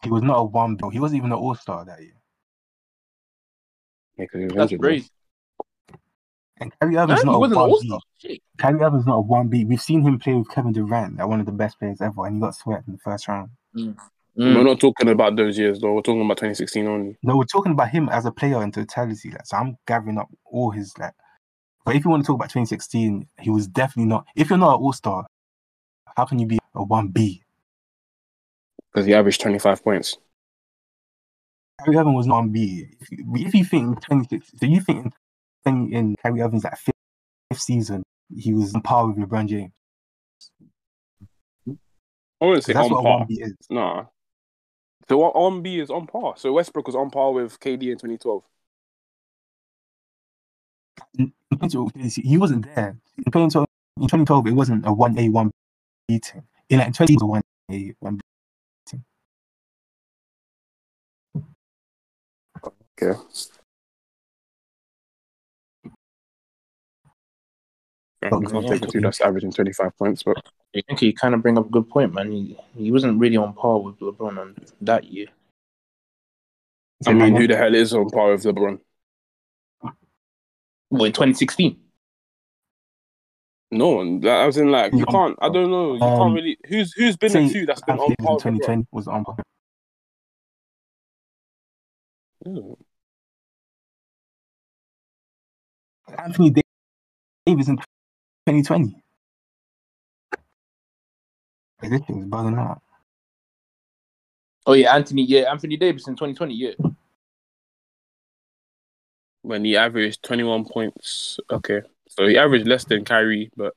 [SPEAKER 4] He was not a one, bro. He wasn't even an all star that year.
[SPEAKER 2] Yeah, because he was
[SPEAKER 6] That's
[SPEAKER 2] injured. man.
[SPEAKER 6] crazy.
[SPEAKER 4] And Kyrie
[SPEAKER 6] Huh?
[SPEAKER 4] Irving's
[SPEAKER 6] He
[SPEAKER 4] not a
[SPEAKER 6] wasn't an
[SPEAKER 4] one
[SPEAKER 6] all
[SPEAKER 4] B.
[SPEAKER 6] star. Shit.
[SPEAKER 4] Kyrie Irving's not a one B. We've seen him play with Kevin Durant, like one of the best players ever, and he got swept in the first round.
[SPEAKER 2] We're
[SPEAKER 6] Mm.
[SPEAKER 2] not talking about those years though. We're talking about 2016 only.
[SPEAKER 4] No, we're talking about him as a player in totality. Like, so I'm gathering up all his like But if you want to talk about 2016, he was definitely not. If you're not an All Star, how can you be a one B?
[SPEAKER 2] because he averaged 25 points.
[SPEAKER 4] Kyrie Irving was not on B. If you, if you think in 2016, so you think in, think in Kyrie Irving's like fifth, fifth season, he was on par with LeBron James.
[SPEAKER 2] I wouldn't
[SPEAKER 4] 'Cause
[SPEAKER 2] say
[SPEAKER 4] That's
[SPEAKER 2] on
[SPEAKER 4] what a
[SPEAKER 2] par.
[SPEAKER 4] one B is.
[SPEAKER 2] Nah. So what on B is on par. So Westbrook was on par with KD in 2012.
[SPEAKER 4] In 2012, He wasn't there in 2012. In 2012, it wasn't a one A one B team. In like 20, it was a one A one B.
[SPEAKER 2] Okay.
[SPEAKER 4] Oh,
[SPEAKER 2] I'm
[SPEAKER 4] God.
[SPEAKER 2] taking two. That's averaging 25 points, but
[SPEAKER 6] I think you kind of bring up a good point, man. He, he wasn't really on par with LeBron on that year.
[SPEAKER 2] I mean, who the hell is on par with LeBron?
[SPEAKER 6] Well, in 2016.
[SPEAKER 2] No one. Like, I was in like you
[SPEAKER 4] Yeah.
[SPEAKER 2] can't. I don't know. You can't
[SPEAKER 4] Um,
[SPEAKER 2] really. Who's who's been the
[SPEAKER 4] say
[SPEAKER 2] two that's been on par
[SPEAKER 4] in
[SPEAKER 2] with LeBron?
[SPEAKER 4] 2020 was on par. Hmm.
[SPEAKER 2] Ooh.
[SPEAKER 4] Anthony Da- Davis in 2020. Like, This thing's bugging out.
[SPEAKER 6] Oh yeah, Anthony. Yeah, Anthony Davis in 2020. Yeah,
[SPEAKER 2] When he averaged 21 points. Okay, so he averaged less than Kyrie, but.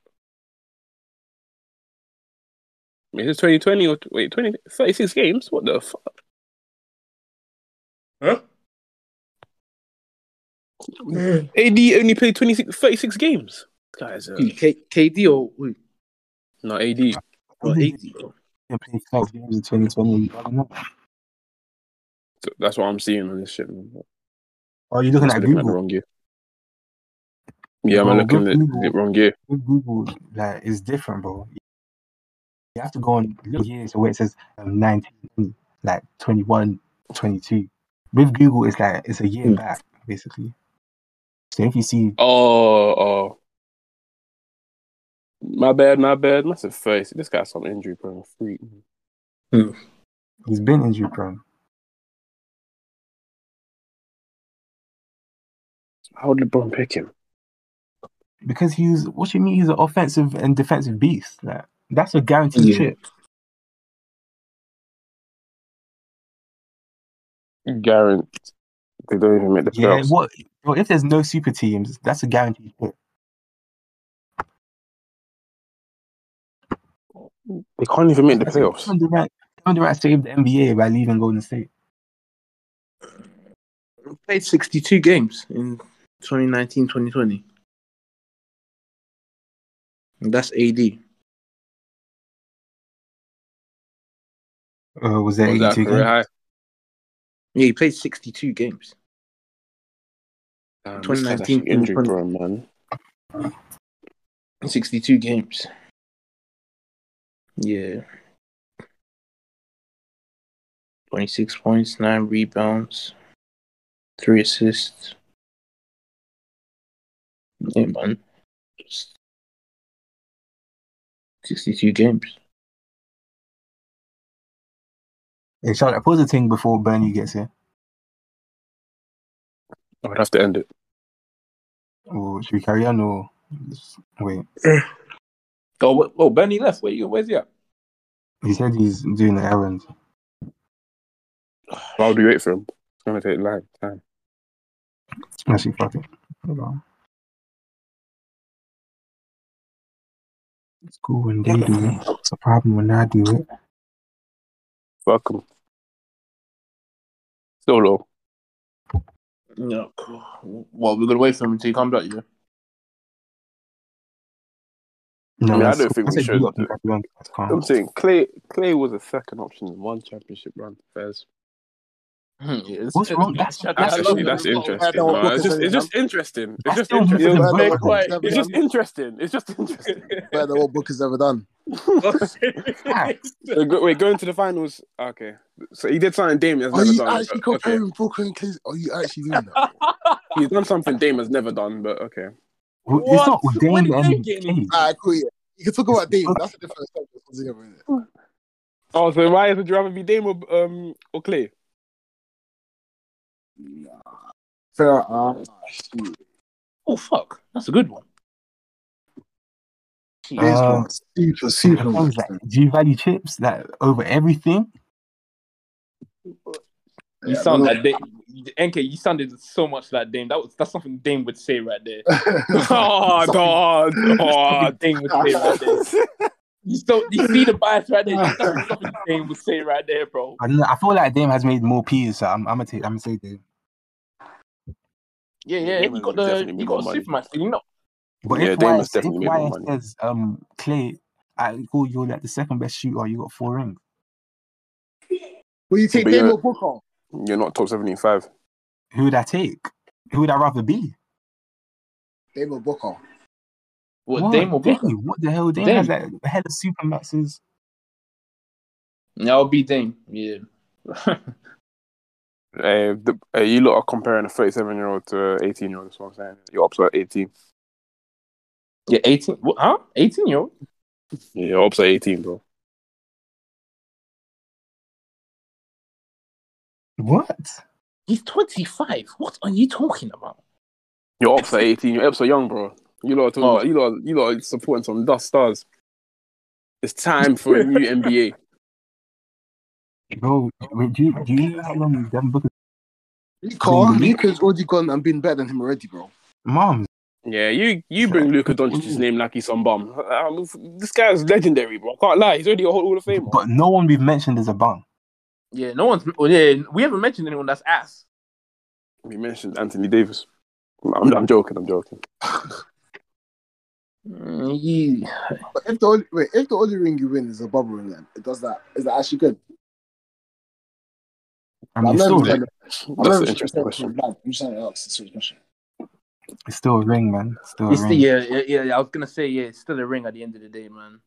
[SPEAKER 2] Is it 2020 or wait 20, 36 games? What the fuck? Huh? AD only played 26, 36 games. Guys, uh,
[SPEAKER 6] K- KD or who?
[SPEAKER 2] no AD.
[SPEAKER 6] Or
[SPEAKER 4] Mhm.
[SPEAKER 6] AD? bro.
[SPEAKER 4] He played 12 games in 2020. he's bugging out.
[SPEAKER 2] So that's what I'm seeing on this shit. Man.
[SPEAKER 4] Oh, you're looking
[SPEAKER 2] I'm
[SPEAKER 4] at
[SPEAKER 2] looking at the
[SPEAKER 4] Google.
[SPEAKER 2] wrong year. Yeah, I'm
[SPEAKER 4] Bro,
[SPEAKER 2] looking
[SPEAKER 4] go
[SPEAKER 2] at the
[SPEAKER 4] Google.
[SPEAKER 2] wrong year.
[SPEAKER 4] Google like is different, bro. You have to go on look here so where it says um, 19, like 21, 22. With Google, it's like it's a year
[SPEAKER 6] Hmm.
[SPEAKER 4] back basically. So if you see
[SPEAKER 2] Oh, oh. My bad, my bad. Must have face. This guy's some injury prone freak.
[SPEAKER 4] he's been injury prone,
[SPEAKER 2] How did LeBron pick him?
[SPEAKER 4] because he's what you mean he's an offensive and defensive beast. Like that's a guaranteed
[SPEAKER 6] Yeah.
[SPEAKER 4] chip.
[SPEAKER 2] Garant. They don't even make the
[SPEAKER 4] Yeah,
[SPEAKER 2] playoffs.
[SPEAKER 4] what bro, if there's no super teams, that's a guaranteed chip.
[SPEAKER 2] They can't even make the
[SPEAKER 4] That's it.
[SPEAKER 2] playoffs.
[SPEAKER 4] Kevin Durant, Kevin Durant saved the NBA by leaving Golden State.
[SPEAKER 6] Played 62 games in 2019, 2020. And that's AD.
[SPEAKER 4] Uh, was that
[SPEAKER 2] was that
[SPEAKER 4] 82
[SPEAKER 2] career
[SPEAKER 4] games?
[SPEAKER 2] high?
[SPEAKER 6] Yeah, he played 62 games.
[SPEAKER 2] Damn, this guy's
[SPEAKER 6] 2019,
[SPEAKER 2] actually injury
[SPEAKER 6] 2020.
[SPEAKER 2] prone, man.
[SPEAKER 6] 62 games. Yeah. 26 points, 9 rebounds, 3 assists. Yeah, man. Just 62 games.
[SPEAKER 4] Hey, Charlotte, pause the thing before Bernie gets here.
[SPEAKER 2] I would have to end it.
[SPEAKER 4] Or should we carry on or just- wait?
[SPEAKER 6] Oh, wh- oh, Bernie left. Where you? Where's he at?
[SPEAKER 4] He said he's doing an errand.
[SPEAKER 2] Why would we wait for him? It's gonna take like time.
[SPEAKER 4] Actually, fuck it. Hold on. It's cool when they do it. It's a problem when I do it.
[SPEAKER 2] Fuck him. Still low.
[SPEAKER 6] No, cool. Well, we're gonna wait for him until he comes back. Yeah.
[SPEAKER 4] No,
[SPEAKER 2] I mean, I
[SPEAKER 4] that's
[SPEAKER 2] don't
[SPEAKER 4] cool.
[SPEAKER 2] think we
[SPEAKER 4] said
[SPEAKER 2] should
[SPEAKER 4] you lot
[SPEAKER 2] do
[SPEAKER 4] can carry on. That's calm.
[SPEAKER 2] I'm saying Clay Clay was a second option in one championship run. Fairs.
[SPEAKER 6] Hmm,
[SPEAKER 4] What's wrong? That's-
[SPEAKER 6] I,
[SPEAKER 2] That's
[SPEAKER 6] I love
[SPEAKER 2] actually
[SPEAKER 6] that.
[SPEAKER 2] that's
[SPEAKER 6] Oh,
[SPEAKER 2] interesting.
[SPEAKER 6] I don't
[SPEAKER 2] No, it's
[SPEAKER 6] fucking
[SPEAKER 2] just
[SPEAKER 6] say
[SPEAKER 2] it's just interesting. It's
[SPEAKER 4] I
[SPEAKER 2] just
[SPEAKER 4] still want
[SPEAKER 2] interesting.
[SPEAKER 4] to
[SPEAKER 2] Yo,
[SPEAKER 4] say
[SPEAKER 2] Nick,
[SPEAKER 4] that.
[SPEAKER 2] wait,
[SPEAKER 7] Never
[SPEAKER 2] It's just
[SPEAKER 7] done.
[SPEAKER 2] interesting. It's just interesting.
[SPEAKER 7] Better than what Booker's ever done.
[SPEAKER 2] We're, go, we're going to the finals. Okay, so he did something Dame has
[SPEAKER 7] Are
[SPEAKER 2] never
[SPEAKER 7] you
[SPEAKER 2] done.
[SPEAKER 7] Oh, actually
[SPEAKER 2] but- Okay,
[SPEAKER 7] comparing Booker and Clay? Are you actually doing that?
[SPEAKER 2] he's done something Dame has never done, but okay.
[SPEAKER 4] Well, It's not um, with Dame and Kane.
[SPEAKER 1] Ah,
[SPEAKER 7] Alright, cool. Yeah. You can talk about Dame. That's a different subject altogether, isn't it?
[SPEAKER 2] Oh, so why would you rather be Dame or um or Clay?
[SPEAKER 7] Fair. Uh, shoot.
[SPEAKER 6] Oh fuck, that's a good one.
[SPEAKER 7] This
[SPEAKER 4] Um,
[SPEAKER 7] one's super, super. long.
[SPEAKER 4] Things like, do you value chips like over everything?
[SPEAKER 6] You
[SPEAKER 7] Yeah,
[SPEAKER 6] sound
[SPEAKER 7] I
[SPEAKER 6] like Dame. NK, you sounded so much like Dame. That was that's something Dame would say right there.
[SPEAKER 2] oh, God.
[SPEAKER 6] Oh,
[SPEAKER 2] Oh,
[SPEAKER 6] Dame would say right there. You so you see the bias right there. That's something Dame would say right there, bro.
[SPEAKER 4] I don't know. I feel like Dame has made more peas, so I'm, I'm gonna take. I'm gonna say Dame.
[SPEAKER 6] Yeah, yeah.
[SPEAKER 2] Dame
[SPEAKER 6] he
[SPEAKER 2] has
[SPEAKER 6] got the
[SPEAKER 2] definitely
[SPEAKER 6] he
[SPEAKER 2] made
[SPEAKER 6] got a
[SPEAKER 2] more money.
[SPEAKER 6] supermax. You know,
[SPEAKER 4] But
[SPEAKER 2] Yeah,
[SPEAKER 4] if
[SPEAKER 2] Dame
[SPEAKER 4] Dame
[SPEAKER 2] has
[SPEAKER 4] if
[SPEAKER 2] definitely made more
[SPEAKER 4] Wyatt
[SPEAKER 2] money.
[SPEAKER 4] says um Clay, I call you like the second best shooter, you got four rings.
[SPEAKER 1] Will you take
[SPEAKER 2] But you're-
[SPEAKER 1] Dame or Booker?
[SPEAKER 2] You're not top 75.
[SPEAKER 4] Who would I take? Who would I rather be?
[SPEAKER 1] Dame or Booker?
[SPEAKER 6] what
[SPEAKER 4] What?
[SPEAKER 6] Dame or Booker?
[SPEAKER 4] Dame, what the hell? Dame, has like a hell of supermaxes.
[SPEAKER 6] Yeah, I'll be Dame. Yeah.
[SPEAKER 2] Uh, the, uh, you lot are comparing a 37 year old to an 18 year old. That's what I'm saying. You're up at 18.
[SPEAKER 6] Yeah, eighteen. What, huh? Eighteen year old.
[SPEAKER 2] Yeah, you're up at 18, bro.
[SPEAKER 4] What?
[SPEAKER 6] He's twenty five. What are you talking about?
[SPEAKER 2] You're up at 18. You're up so young, bro. You lot are talking
[SPEAKER 6] Oh.
[SPEAKER 2] about, you lot, are, you lot are supporting some dust stars. It's time for a new NBA.
[SPEAKER 4] Bro, wait, do, you- do you know how long Devin Booker?
[SPEAKER 1] Luca,
[SPEAKER 4] Mm.
[SPEAKER 1] Luca's already gone and been better than him already, bro.
[SPEAKER 4] Moms,
[SPEAKER 2] Yeah, you you bring Luka Doncic's name like he's some bum. Um, this guy's legendary, bro. I can't lie. He's already a whole Hall of Famer.
[SPEAKER 4] but no one we've mentioned is a bum.
[SPEAKER 6] Yeah, no one's. oh, yeah, we haven't mentioned anyone that's ass.
[SPEAKER 2] We mentioned Anthony Davis. I'm, I'm joking. I'm joking.
[SPEAKER 6] Mm, yeah.
[SPEAKER 1] But if the only, wait, if the only ring you win is a bubble ring, then it does that. Is that actually good?
[SPEAKER 4] I
[SPEAKER 1] Like,
[SPEAKER 4] mean,
[SPEAKER 1] I'm
[SPEAKER 4] it's
[SPEAKER 1] not
[SPEAKER 4] still,
[SPEAKER 1] even
[SPEAKER 2] Yeah.
[SPEAKER 1] trying to. I'm not
[SPEAKER 2] That's an
[SPEAKER 1] even trying to
[SPEAKER 2] interesting
[SPEAKER 1] say
[SPEAKER 2] question.
[SPEAKER 1] it's bad. I'm just trying to ask this sort of question.
[SPEAKER 4] it's still a ring, man. It's still a
[SPEAKER 6] It's the,
[SPEAKER 4] ring.
[SPEAKER 6] yeah, yeah, yeah, I was gonna say yeah, it's still a ring at the end of the day, man.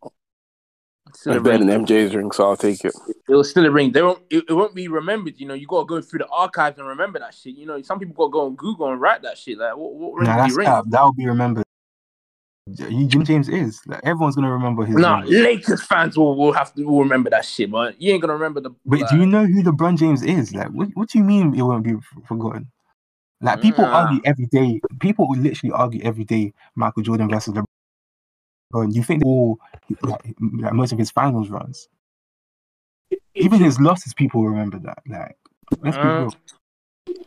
[SPEAKER 6] It's still a
[SPEAKER 2] It's better
[SPEAKER 6] ring.
[SPEAKER 2] than MJ's ring, so I'll take it.
[SPEAKER 6] It was still a ring. They won't. It, it won't be remembered. You know, you gotta go through the archives and remember that shit. You know, some people gotta go on Google and write that shit. Like, what, what ring
[SPEAKER 4] Nah,
[SPEAKER 6] did he
[SPEAKER 4] that's
[SPEAKER 6] ring?
[SPEAKER 4] cap. That'll be remembered. You, Jim James is. Like, everyone's gonna remember his
[SPEAKER 6] Nah,
[SPEAKER 4] ring.
[SPEAKER 6] Lakers fans will, will have to will remember that shit, but you ain't gonna remember the.
[SPEAKER 4] Wait, do you know who LeBron James is? Like, what, what do you mean it won't be f- forgotten? Like, people
[SPEAKER 6] Nah.
[SPEAKER 4] argue every day. People will literally argue every day. Michael Jordan versus LeBron. You think all like, like most of his finals runs, even his losses, people remember that. Like, let's be
[SPEAKER 6] Uh,
[SPEAKER 4] real.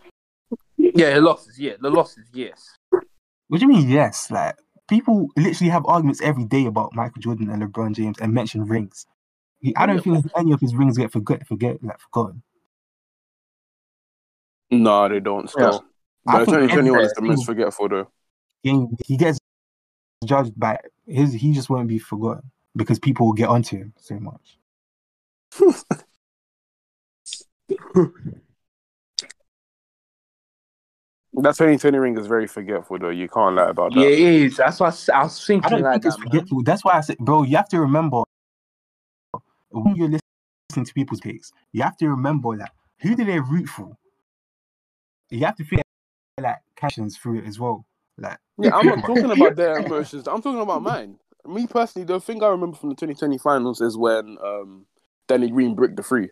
[SPEAKER 6] yeah, the losses. Yeah, the losses. Yes.
[SPEAKER 4] What do you mean? Yes, like people literally have arguments every day about Michael Jordan and LeBron James and mention rings. He, I don't think any of his rings get forget, forget, like forgotten.
[SPEAKER 2] No, they don't still.
[SPEAKER 4] I
[SPEAKER 2] But
[SPEAKER 4] think every
[SPEAKER 2] 2021 is the
[SPEAKER 4] single
[SPEAKER 2] most forgetful, though.
[SPEAKER 4] game he gets judged by his, he just won't be forgotten because people will get onto him so much.
[SPEAKER 2] That 2020 ring is very forgetful, though. You can't lie about that.
[SPEAKER 6] Yeah, it is. That's why I s- uh, I, was
[SPEAKER 4] I
[SPEAKER 6] thinking
[SPEAKER 4] don't
[SPEAKER 6] like
[SPEAKER 4] think it's
[SPEAKER 6] that, man.
[SPEAKER 4] forgetful. That's why I said, bro, you have to remember when you're listening to people's takes. You have to remember that who do they root for. You have to feel like connections through it as well. Like,
[SPEAKER 2] Yeah, I'm not talking about their emotions. I'm talking about mine. Me personally, the thing I remember from the 2020 finals is when um, Danny Green bricked the three.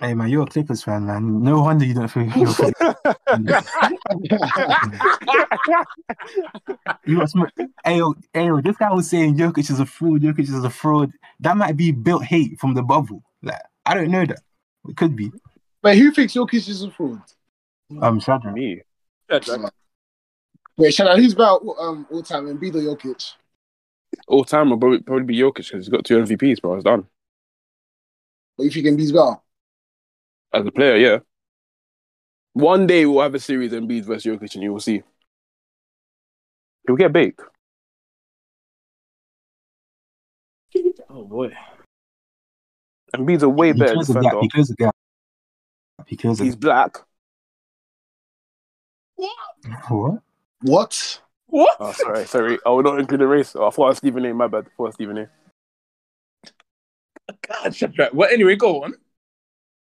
[SPEAKER 4] hey man, you're a Clippers fan, man. No wonder you don't feel you're for You know, some- Ayo, Ayo, this guy was saying Jokic is a fraud, Jokic is a fraud. That might be built hate from the bubble. Like, I don't know that. It could be.
[SPEAKER 1] Wait, who thinks Jokic is a fraud?
[SPEAKER 4] Um, Shadrach.
[SPEAKER 2] Me.
[SPEAKER 1] Wait, shout out who's better um, all time Embiid or Jokic?
[SPEAKER 2] All time will probably, probably be Jokic because he's got two MVPs, bro. It's done.
[SPEAKER 1] What if you can beat better?
[SPEAKER 2] As a player, yeah. One day we'll have a series Embiid versus Jokic and you will see. He'll get baked.
[SPEAKER 6] Oh boy.
[SPEAKER 2] Embiid's a way better
[SPEAKER 4] Because of that,
[SPEAKER 2] defender.
[SPEAKER 4] because of that. Because
[SPEAKER 2] He's
[SPEAKER 4] of
[SPEAKER 2] black.
[SPEAKER 4] what?
[SPEAKER 1] What?
[SPEAKER 6] What?
[SPEAKER 2] Oh, sorry, sorry. I will not include the race. Oh, I thought I was Stephen A. My bad. I thought I was Stephen A.
[SPEAKER 6] Oh God, shut up. Well, anyway, go on.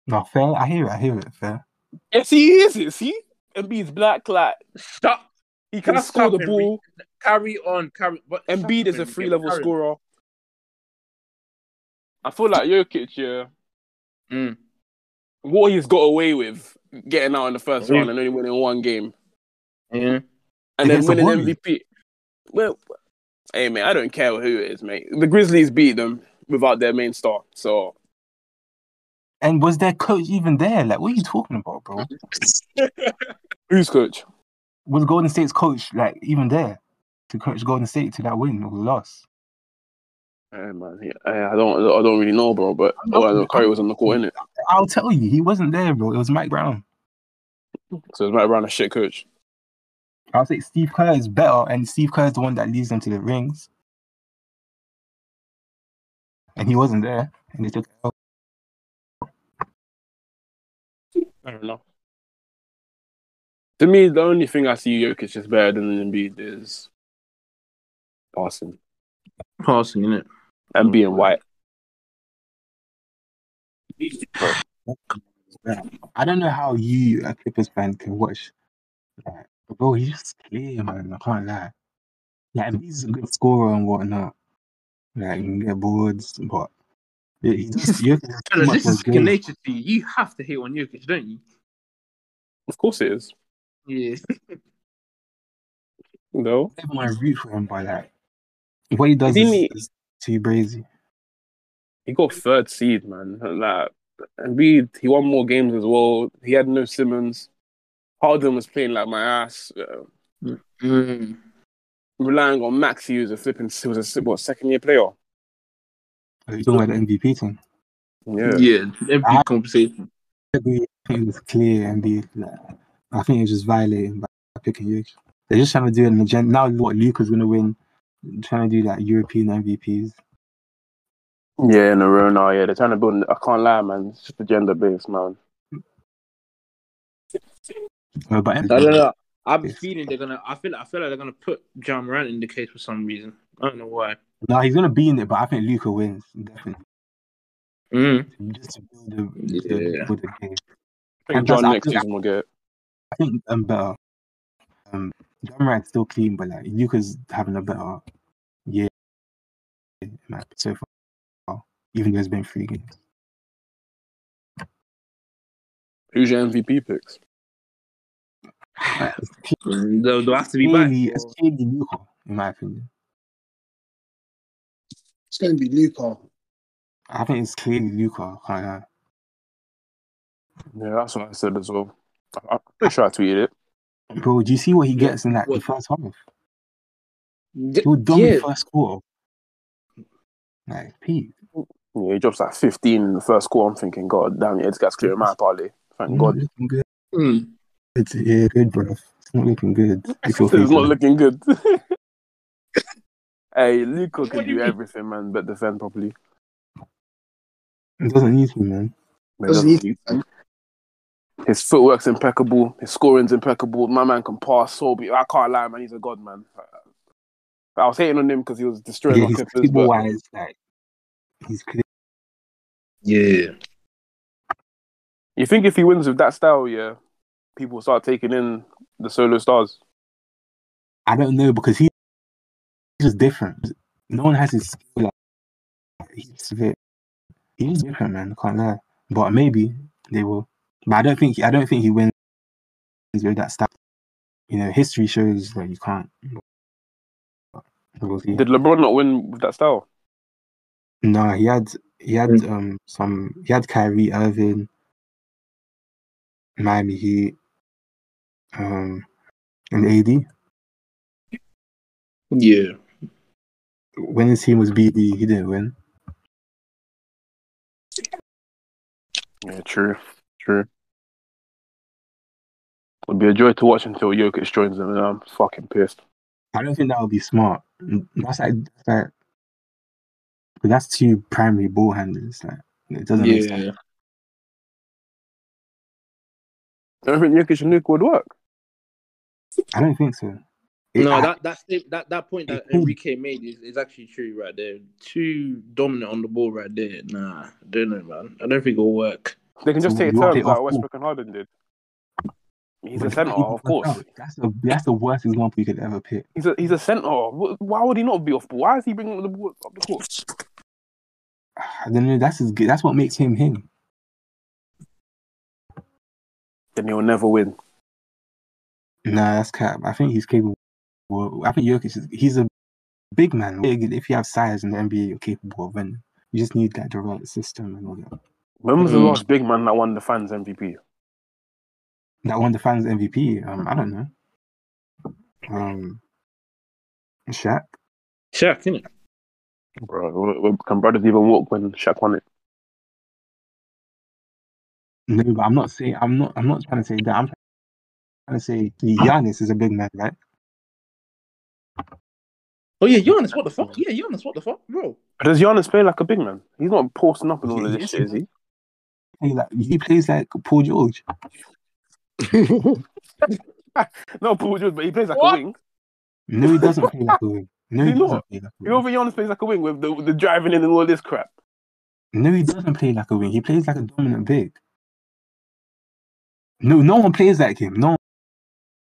[SPEAKER 4] No, fair. I hear it, I hear it, fair.
[SPEAKER 2] Yes, he is. Is he? Embiid's black. Like
[SPEAKER 6] Stop.
[SPEAKER 2] he
[SPEAKER 6] Can I
[SPEAKER 2] can score
[SPEAKER 6] stop
[SPEAKER 2] the
[SPEAKER 6] and
[SPEAKER 2] ball.
[SPEAKER 6] Carry on. Carry. But
[SPEAKER 2] Embiid is a
[SPEAKER 6] free
[SPEAKER 2] three level scorer. I feel like Jokic, yeah,
[SPEAKER 6] Mm.
[SPEAKER 2] what he's got away with getting out in the first
[SPEAKER 6] Yeah.
[SPEAKER 2] round and only winning one game.
[SPEAKER 6] Yeah.
[SPEAKER 2] and then
[SPEAKER 4] Against the
[SPEAKER 2] winning
[SPEAKER 4] Warriors.
[SPEAKER 2] MVP. Well, hey mate, I don't care who it is, mate. The Grizzlies beat them without their main star, so
[SPEAKER 4] And was their coach even there? Like, what are you talking about, bro?
[SPEAKER 2] who's coach?
[SPEAKER 4] Was Golden State's coach like even there to coach Golden State to that win or loss?
[SPEAKER 2] Hey, man, yeah, eh, I don't, I don't really know, bro. But
[SPEAKER 4] I'm not-
[SPEAKER 2] oh, I know Curry was on the court, innit?
[SPEAKER 4] I'll tell you, he wasn't there, bro. It was Mike Brown.
[SPEAKER 2] So it's right around a shit coach.
[SPEAKER 4] I'll say Steve Kerr is better, and Steve Kerr is the one that leads them to the rings. And he wasn't there, and they took.
[SPEAKER 2] I don't know. To me, the only thing I see Jokic is better than Embiid is passing
[SPEAKER 6] Passing, innit?
[SPEAKER 2] and being white.
[SPEAKER 4] I don't know how you, a Clippers fan, can watch. that. Bro, he's just clear, man. I can't lie. Like, he's a good scorer and whatnot. Like, he can get boards, but he he just you have to have too much
[SPEAKER 6] This
[SPEAKER 4] for his
[SPEAKER 6] is second
[SPEAKER 4] game.
[SPEAKER 6] nature to you. You have to hate on Jokic, don't you?
[SPEAKER 2] Of course, it is.
[SPEAKER 6] Yeah.
[SPEAKER 2] No,
[SPEAKER 4] I don't want to root for him, but like, what he does
[SPEAKER 2] Didn't
[SPEAKER 4] is,
[SPEAKER 2] he-
[SPEAKER 4] is too crazy.
[SPEAKER 2] he got third seed, man. Like Embiid, he won more games as well. He had no Simmons. Harden was playing like my ass. Uh,
[SPEAKER 6] Mm.
[SPEAKER 2] relying on Maxi, who's a flipping, who was a what second year player.
[SPEAKER 4] Are you talking about the MVP thing?
[SPEAKER 2] Yeah,
[SPEAKER 6] Yeah. MVP
[SPEAKER 4] I-
[SPEAKER 6] conversation.
[SPEAKER 4] I agree. I think it was clear and be like, I think it was just violating by picking Jokic. They're just trying to do an agenda. Now, what Luca's going to win, trying to do like European MVPs.
[SPEAKER 2] yeah, in a row now. Yeah, they're trying to build. I can't lie, man. It's just agenda based, man.
[SPEAKER 4] Uh, but
[SPEAKER 6] I don't know. I'm
[SPEAKER 4] Yes.
[SPEAKER 6] feeling they're gonna. I feel. I feel like they're gonna put John Morant in the case for some reason. I don't know why.
[SPEAKER 4] no, he's going to be in it, but I think Luca wins definitely.
[SPEAKER 6] Mm.
[SPEAKER 4] Just to build the, to
[SPEAKER 6] Yeah.
[SPEAKER 4] build the game.
[SPEAKER 2] I think
[SPEAKER 4] And plus,
[SPEAKER 2] John
[SPEAKER 4] I
[SPEAKER 2] next
[SPEAKER 4] think-
[SPEAKER 2] season will get. it.
[SPEAKER 4] I think um better. Um, John Morant's still clean, but like Luca's having a better year like, so far, even though it's been three games.
[SPEAKER 2] Who's your MVP picks?
[SPEAKER 4] Like, it's
[SPEAKER 6] They'll, they'll have to be back.
[SPEAKER 4] clearly, it's
[SPEAKER 6] or-
[SPEAKER 4] clearly Luca, in my opinion.
[SPEAKER 7] It's going to be Luca.
[SPEAKER 4] I think it's clearly Luca. Can't lie.
[SPEAKER 2] Yeah, that's what I said as well. I- I'm pretty sure I tweeted it. Mm.
[SPEAKER 4] Bro, do you see what he
[SPEAKER 6] Yeah,
[SPEAKER 4] gets in like the
[SPEAKER 6] what-
[SPEAKER 4] first half?
[SPEAKER 6] D-
[SPEAKER 4] He was dumb in
[SPEAKER 6] yeah.
[SPEAKER 4] the first quarter. Like Pete.
[SPEAKER 2] Yeah, he drops like 15 in the first quarter. I'm thinking, God damn, yeah, this guy's clearing my parlay. Thank
[SPEAKER 4] Not
[SPEAKER 2] God.
[SPEAKER 4] looking good.
[SPEAKER 6] Mm.
[SPEAKER 4] It's, yeah, good, bro. It's not looking good. If you're
[SPEAKER 2] It's not looking
[SPEAKER 4] thinking-
[SPEAKER 2] good. hey, Luca
[SPEAKER 6] What
[SPEAKER 2] can
[SPEAKER 6] do you
[SPEAKER 2] do
[SPEAKER 6] mean?
[SPEAKER 2] everything, man, but defend properly.
[SPEAKER 4] it doesn't need to, man.
[SPEAKER 2] But
[SPEAKER 7] Doesn't
[SPEAKER 2] he doesn't
[SPEAKER 7] need
[SPEAKER 2] need to. His footwork's impeccable. His scoring's impeccable. My man can pass so. be- I can't lie, man. He's a god, man. I was hating on him because he was destroying
[SPEAKER 4] Yeah,
[SPEAKER 2] my
[SPEAKER 4] he's
[SPEAKER 2] Clippers,
[SPEAKER 4] people
[SPEAKER 2] but
[SPEAKER 4] wise, like he's clear.
[SPEAKER 6] Yeah.
[SPEAKER 2] you think if he wins with that style, yeah, people start taking in the solo stars.
[SPEAKER 4] I don't know because he- he's just different. No one has his skill. Like, he's fit. He's different, man. I can't lie. But maybe they will. But I don't think I don't think he wins with that stuff. You know, history shows that you can't. We'll see.
[SPEAKER 2] Did LeBron not win with that style?
[SPEAKER 4] No, he had he had
[SPEAKER 6] Mm.
[SPEAKER 4] um some he had Kyrie Irving, Miami Heat, um, and AD.
[SPEAKER 6] Yeah.
[SPEAKER 4] When his team was BD, he didn't win.
[SPEAKER 2] Yeah, true, true. It'll be a joy to watch until Jokic joins them, and I'm fucking pissed.
[SPEAKER 4] I don't think that would be smart. That's like that's like 'cause that's two primary ball handlers. Like it doesn't make sense.
[SPEAKER 6] Yeah.
[SPEAKER 2] Don't think Jokic and Luke would work.
[SPEAKER 4] I don't think so. It-
[SPEAKER 6] No,
[SPEAKER 4] I-
[SPEAKER 6] that that sta- that that point that Uh, Enrique made is, is actually true right there. Too dominant on the ball right there. Nah, don't know, man. I don't think it'll work.
[SPEAKER 2] They can just
[SPEAKER 4] So
[SPEAKER 2] take
[SPEAKER 4] you want
[SPEAKER 2] turns
[SPEAKER 4] it off
[SPEAKER 2] like Westbrook and Harden did. He's a
[SPEAKER 4] but
[SPEAKER 2] center,
[SPEAKER 4] that even
[SPEAKER 2] of
[SPEAKER 4] works
[SPEAKER 2] course.
[SPEAKER 4] out. That's the that's the worst example you could ever pick.
[SPEAKER 2] He's a he's a center. Wh- Why would he not be off ball? Why is he bringing the ball up the court?
[SPEAKER 4] I don't know. That's his, g- that's what makes him him.
[SPEAKER 2] Then he'll never win.
[SPEAKER 4] Nah, that's cap. I think he's capable. Well, I think Jokic is he's a big man. Big, if you have size in the NBA, you're capable of winning. You just need like the right system and all that.
[SPEAKER 2] When was the
[SPEAKER 6] Mm.
[SPEAKER 2] last big man that won the fans MVP?
[SPEAKER 4] That won the fans MVP. Um, I don't know. Um, Shaq.
[SPEAKER 6] Shaq, innit?
[SPEAKER 2] Bro, w- w- can brothers even walk when Shaq won it?
[SPEAKER 4] No, but I'm not saying I'm not I'm not trying to say that. I'm trying to say Giannis is a big man, right?
[SPEAKER 6] Oh yeah, Giannis, what the fuck? Yeah, Giannis, what the fuck, bro?
[SPEAKER 2] But does Giannis play like a big man? He's not posting up and all of
[SPEAKER 4] Yes,
[SPEAKER 2] this shit, is he?
[SPEAKER 4] He like he plays like Paul George.
[SPEAKER 2] No, Paul George, but he plays like
[SPEAKER 6] What?
[SPEAKER 2] a wing.
[SPEAKER 4] No, he doesn't play like a wing. No, he
[SPEAKER 2] He's
[SPEAKER 4] doesn't
[SPEAKER 2] not.
[SPEAKER 4] play like a
[SPEAKER 2] You
[SPEAKER 4] wing.
[SPEAKER 2] know, Giannis plays like a wing with the, the driving in and all this crap.
[SPEAKER 4] No, he doesn't play like a wing. He plays like a dominant big. No, no one plays like him. No one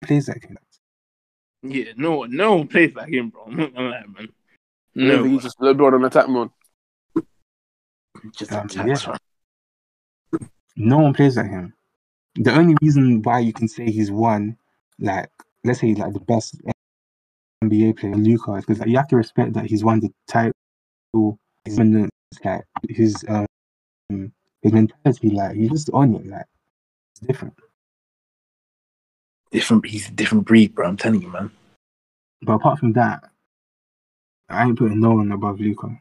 [SPEAKER 4] plays like him.
[SPEAKER 6] Yeah, no, no one plays like him, bro. I'm not gonna lie, man.
[SPEAKER 2] No,
[SPEAKER 6] No,
[SPEAKER 2] he's just LeBron on attack mode.
[SPEAKER 6] just
[SPEAKER 4] Um,
[SPEAKER 6] attacks,
[SPEAKER 4] yeah.
[SPEAKER 6] man.
[SPEAKER 4] No one plays like him. The only reason why you can say he's one, like let's say like the best NBA player, Luca, is because like, you have to respect that he's won the title. His dominance, like his um his mentality, like he's just on it, like it's different.
[SPEAKER 6] Different, he's a different breed, bro. I'm telling you, man.
[SPEAKER 4] But apart from that, I ain't putting no one above Luca.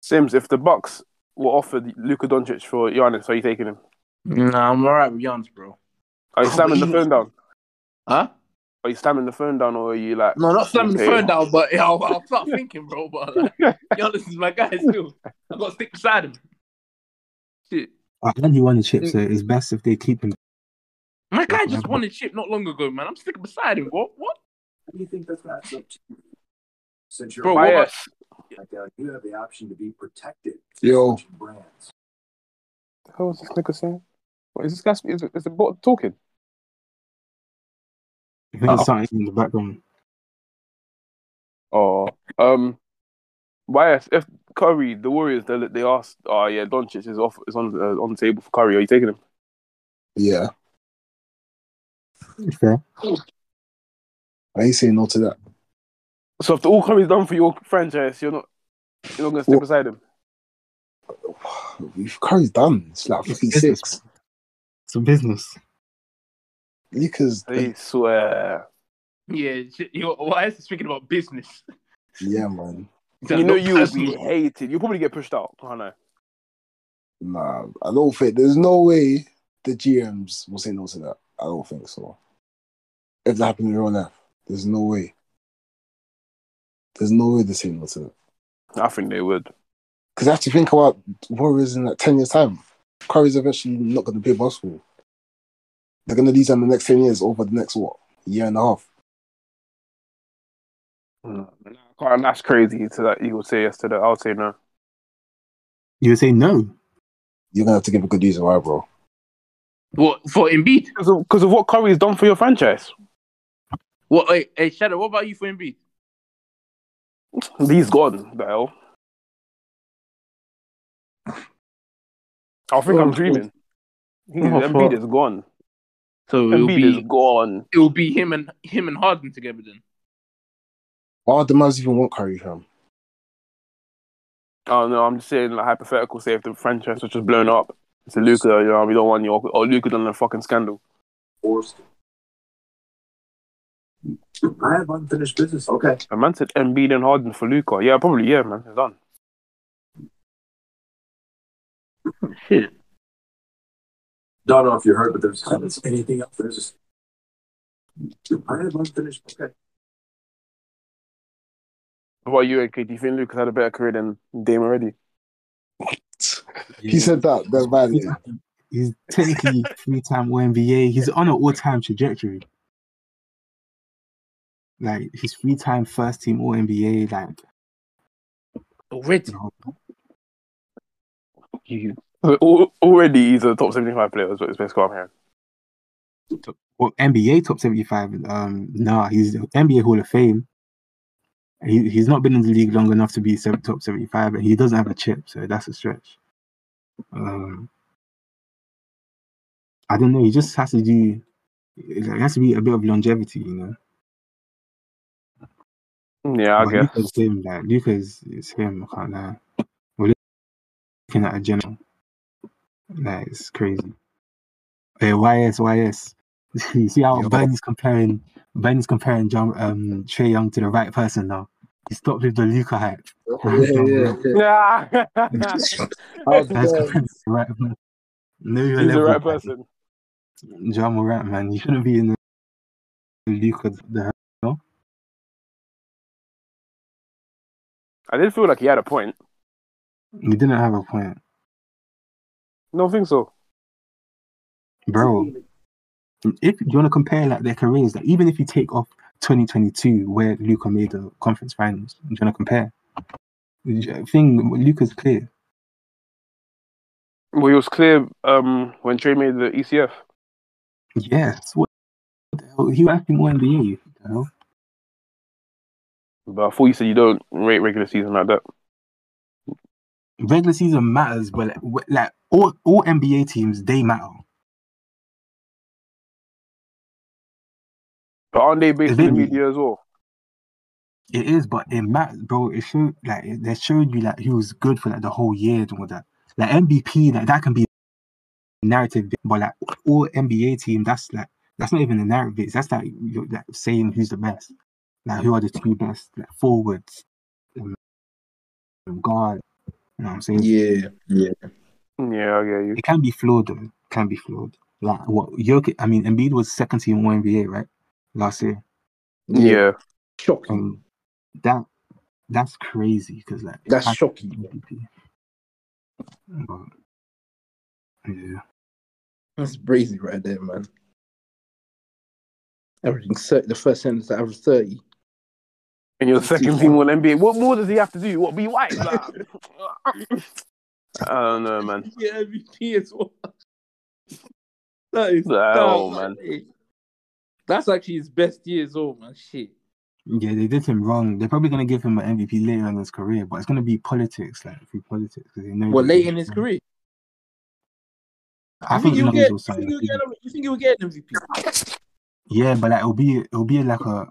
[SPEAKER 2] Sims, if the Bucks were offered Luka Doncic for Giannis, are you taking him?
[SPEAKER 6] Nah, I'm alright with Giannis, bro.
[SPEAKER 2] Are you
[SPEAKER 6] Oh,
[SPEAKER 2] slamming the
[SPEAKER 6] but he-
[SPEAKER 2] phone down?
[SPEAKER 6] Huh?
[SPEAKER 2] Are you slamming the phone down, or are you like?
[SPEAKER 6] No, not slamming the
[SPEAKER 2] Okay.
[SPEAKER 6] phone down, but yeah, I'll, I'll start thinking, bro. But like, Giannis is my guy still. I gotta stick beside him. Shit.
[SPEAKER 4] I think he won the chip, so it's best if they keep him.
[SPEAKER 6] My guy just won a chip not long ago, man. I'm sticking beside him. What? What?
[SPEAKER 8] What do you think that that's up to you? Since you're
[SPEAKER 6] Bro,
[SPEAKER 8] a
[SPEAKER 6] what?
[SPEAKER 2] Bias.
[SPEAKER 8] Blackjack, you have the option to be protected.
[SPEAKER 7] Yo.
[SPEAKER 8] Brands.
[SPEAKER 2] How is this nigga saying? What, is this guy? Is, is the bot talking?
[SPEAKER 4] I think it's something in the background.
[SPEAKER 2] Oh, um, bias. If Curry, the Warriors, they they asked, oh yeah, Doncic is off, is on uh, on the table for Curry. Are you taking him?
[SPEAKER 7] yeah.
[SPEAKER 4] Fair.
[SPEAKER 7] I ain't saying no to that.
[SPEAKER 2] So after all Curry's done for your franchise, you're not you're not gonna step
[SPEAKER 7] Well-
[SPEAKER 2] beside him.
[SPEAKER 7] We've Curry's done. It's like
[SPEAKER 4] It's
[SPEAKER 7] 56.
[SPEAKER 4] It's a business.
[SPEAKER 7] Luca's
[SPEAKER 2] They swear.
[SPEAKER 6] Yeah, shit, you why is he speaking about business?
[SPEAKER 7] yeah, man.
[SPEAKER 2] you know you will be
[SPEAKER 6] Personal.
[SPEAKER 2] hated. You'll probably get pushed out. I know.
[SPEAKER 7] Nah, I don't think there's no way the GMs will say no to that. I don't think so. If that happened in real life, there's no way. There's no way they say no to that.
[SPEAKER 2] I think they would.
[SPEAKER 7] Because I have to think about Warriors in like 10 years' time. Curry's eventually not going to play basketball. They're going to lose in the next 10 years over the next, what, year and a half.
[SPEAKER 2] Mm. Nah, That's crazy to that. You would say yes to that. I would say no.
[SPEAKER 4] You say no.
[SPEAKER 7] You're going to have to give a good reason why, bro.
[SPEAKER 6] What for Embiid?
[SPEAKER 2] Because of, 'cause of what Curry's done for your franchise.
[SPEAKER 6] What? Hey, hey, Shadow, what about you for Embiid?
[SPEAKER 2] He's gone, the hell. I think I'm dreaming. He's,
[SPEAKER 6] Oh,
[SPEAKER 2] Embiid
[SPEAKER 6] fuck.
[SPEAKER 2] is gone.
[SPEAKER 6] So it'll
[SPEAKER 2] Embiid is
[SPEAKER 6] be
[SPEAKER 2] gone.
[SPEAKER 6] it'll be him and him and Harden together then.
[SPEAKER 7] Why would the Mavs even want Curry from?
[SPEAKER 2] Oh no, I'm just saying like hypothetical. Say if the franchise was just blown up, it's a Luca. You know, we don't want you. Or Luca done a fucking scandal.
[SPEAKER 8] Forced. I have unfinished business. Okay.
[SPEAKER 2] A man said Embiid and Harden for Luca. Yeah, probably. Yeah, man, it's done.
[SPEAKER 6] Shit.
[SPEAKER 8] Don't know if you heard, but there's comments. Anything else? There's just. I have unfinished. Okay.
[SPEAKER 2] What about you, AK? Do you think Luca's had a better career than Dame already?
[SPEAKER 7] He said that. That's violating.
[SPEAKER 4] He's technically three-time NBA. He's on an all-time trajectory. Like he's three-time first-team All NBA. Like
[SPEAKER 6] Already.
[SPEAKER 4] you know,
[SPEAKER 2] You al- already he's a top seventy-five player. Is what is basically what I'm hearing.
[SPEAKER 4] well, NBA top seventy-five. Um, nah, he's the NBA Hall of Fame. He he's not been in the league long enough to be sev- top seventy-five, and he doesn't have a chip, so that's a stretch. Um, I don't know. He just has to do It's like, it has to be a bit of longevity, you know.
[SPEAKER 2] Mm, Yeah, I
[SPEAKER 4] But
[SPEAKER 2] guess.
[SPEAKER 4] Luka's him, like Luka's it's him. I can't lie. We're looking at a general. Like it's crazy. Hey, YS, YS. you see how
[SPEAKER 7] Yo.
[SPEAKER 4] Ben's comparing Ben's comparing John, um Trey Young to the right person now. He stopped with the Luca hype.
[SPEAKER 7] yeah, yeah, yeah.
[SPEAKER 2] Yeah.
[SPEAKER 7] How's
[SPEAKER 4] Ben's
[SPEAKER 7] the-
[SPEAKER 4] comparing to the right person. No, you're
[SPEAKER 2] He's the right person.
[SPEAKER 4] John Morant, man. You shouldn't be in the Luca. The
[SPEAKER 2] I did feel like he had a point.
[SPEAKER 4] you didn't have a point,
[SPEAKER 2] No, I think so.
[SPEAKER 4] bro. if you want to compare like their careers, like even if you take off 2022 where Luca made the conference finals, do you want to compare? The Thing Luca's clear.
[SPEAKER 2] Well, he was clear um, when Trey made the ECF.
[SPEAKER 4] Yes. What the hell? He was acting more NBA. You know?
[SPEAKER 2] But I thought you said you don't rate regular season like that.
[SPEAKER 4] Regular season matters, but like, wh- like all all NBA teams, they matter.
[SPEAKER 2] But aren't they based on the
[SPEAKER 4] Didn't he?
[SPEAKER 2] media as well?
[SPEAKER 4] It is, but it matters, bro. It showed like it, they showed you like he was good for like the whole year and all that. Like MVP, like that can be narrative, but like all NBA team, that's like that's not even the narrative. bits. That's like you're, like saying who's the best, like who are the two best like forwards, um, guard. You know what I'm saying?
[SPEAKER 1] Yeah, yeah.
[SPEAKER 2] Mm, Yeah, I get you.
[SPEAKER 4] It can be flawed though. Can be flawed. Like what Jokic? I mean, Embiid was second team All NBA right last year.
[SPEAKER 1] Yeah.
[SPEAKER 2] Yeah.
[SPEAKER 1] Shocking.
[SPEAKER 4] and that that's crazy because like
[SPEAKER 1] That's
[SPEAKER 4] I-
[SPEAKER 1] shocking.
[SPEAKER 4] But, yeah,
[SPEAKER 1] That's crazy right there, man. Everything. thir- The first sentence out of thirty.
[SPEAKER 2] And your second team will NBA. What more does he have to do? What be white? Like, I don't know, man.
[SPEAKER 6] Yeah, MVP as well. That is
[SPEAKER 2] Oh
[SPEAKER 6] down,
[SPEAKER 2] man.
[SPEAKER 6] That's actually his best year as well, man. Shit.
[SPEAKER 4] yeah, they did him wrong. They're probably gonna give him an MVP later in his career, but it's gonna be politics, like through politics, because they know.
[SPEAKER 6] Well,
[SPEAKER 4] they
[SPEAKER 6] late
[SPEAKER 4] did
[SPEAKER 6] in his
[SPEAKER 4] wrong.
[SPEAKER 6] career.
[SPEAKER 4] I think
[SPEAKER 6] you
[SPEAKER 4] Nuggets
[SPEAKER 6] get,
[SPEAKER 4] will
[SPEAKER 6] you
[SPEAKER 4] sign.
[SPEAKER 6] think
[SPEAKER 4] him.
[SPEAKER 6] he'll get, you think he'll get an MVP?
[SPEAKER 4] Yeah, but like it'll be it'll be like a,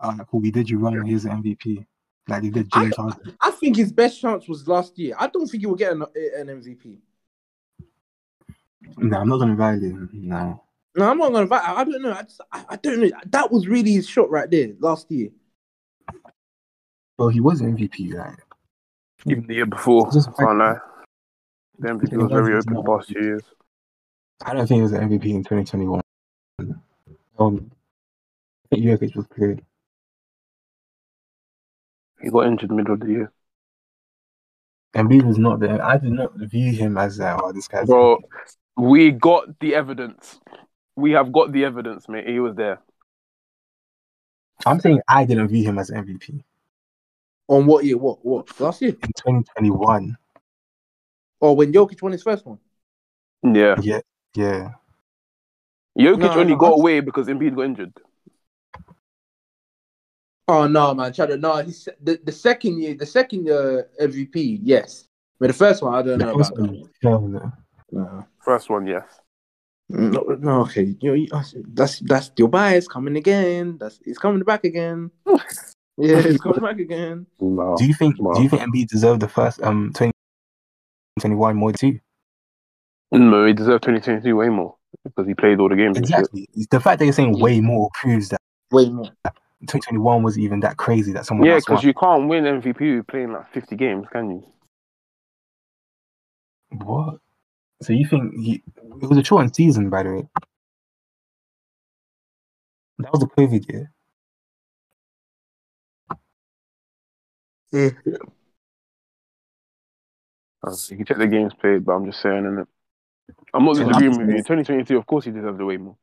[SPEAKER 4] uh, like, cool, we did you wrong. Here's the MVP. Like they did
[SPEAKER 6] I
[SPEAKER 4] James
[SPEAKER 6] don't-
[SPEAKER 4] Harden.
[SPEAKER 6] I think his best chance was last year. I don't think he will get an, an MVP.
[SPEAKER 4] No, I'm not gonna rally him. No,
[SPEAKER 6] No, I'm not gonna. Fight. I I don't know. I, just, I, I don't know. That was really his shot right there last year.
[SPEAKER 4] well he was MVP. Like
[SPEAKER 2] Even the year before.
[SPEAKER 4] Just-
[SPEAKER 2] I can't lie. The MVP was very open the past two years.
[SPEAKER 4] I don't think he was an MVP in 2021. Um, I think Jokic was cleared.
[SPEAKER 2] He got injured middle of the year.
[SPEAKER 4] Embiid was not there. I did not view him as uh, oh, this guy's
[SPEAKER 2] Bro, we got the evidence. We have got the evidence, mate. He was there.
[SPEAKER 4] I'm saying I didn't view him as MVP in
[SPEAKER 6] On what year? What? What? Last year?
[SPEAKER 4] 2021.
[SPEAKER 6] Or when Jokic won his first one?
[SPEAKER 2] Yeah.
[SPEAKER 4] Yeah, yeah.
[SPEAKER 2] Jokic
[SPEAKER 6] No,
[SPEAKER 2] only
[SPEAKER 6] no,
[SPEAKER 2] got
[SPEAKER 6] that's-
[SPEAKER 2] away because Embiid got injured.
[SPEAKER 6] Oh no, man, Chad. No, he's, the the second year, the second uh, MVP, yes. But the first one, I don't know
[SPEAKER 4] That was
[SPEAKER 6] about that.
[SPEAKER 4] phenomenal.
[SPEAKER 6] No.
[SPEAKER 2] First one, yes.
[SPEAKER 6] Mm, No, no, okay. You, you, that's that's your bias coming again. That's it's coming back again. Yeah, it's coming back again.
[SPEAKER 2] Oh,
[SPEAKER 7] No.
[SPEAKER 4] Do you think
[SPEAKER 7] Wow.
[SPEAKER 4] do you think Embiid deserved the first um 2021 more too?
[SPEAKER 2] No, Mm, he deserved 2022 way more because he played all the games. and shit.
[SPEAKER 4] Exactly. The fact that you're saying way more proves that
[SPEAKER 6] Way more.
[SPEAKER 4] 2021 was even that crazy that someone
[SPEAKER 2] Yeah,
[SPEAKER 4] else
[SPEAKER 2] because
[SPEAKER 4] won.
[SPEAKER 2] you can't win MVP playing like 50 games, can you?
[SPEAKER 4] What? So you think he it was a shortened season by the way? That was the COVID year.
[SPEAKER 2] Uh, You can check the games played, but I'm just saying, and I'm not
[SPEAKER 4] So
[SPEAKER 2] disagreeing
[SPEAKER 4] I'm-
[SPEAKER 2] with you. 2022, of course, he deserved the way more.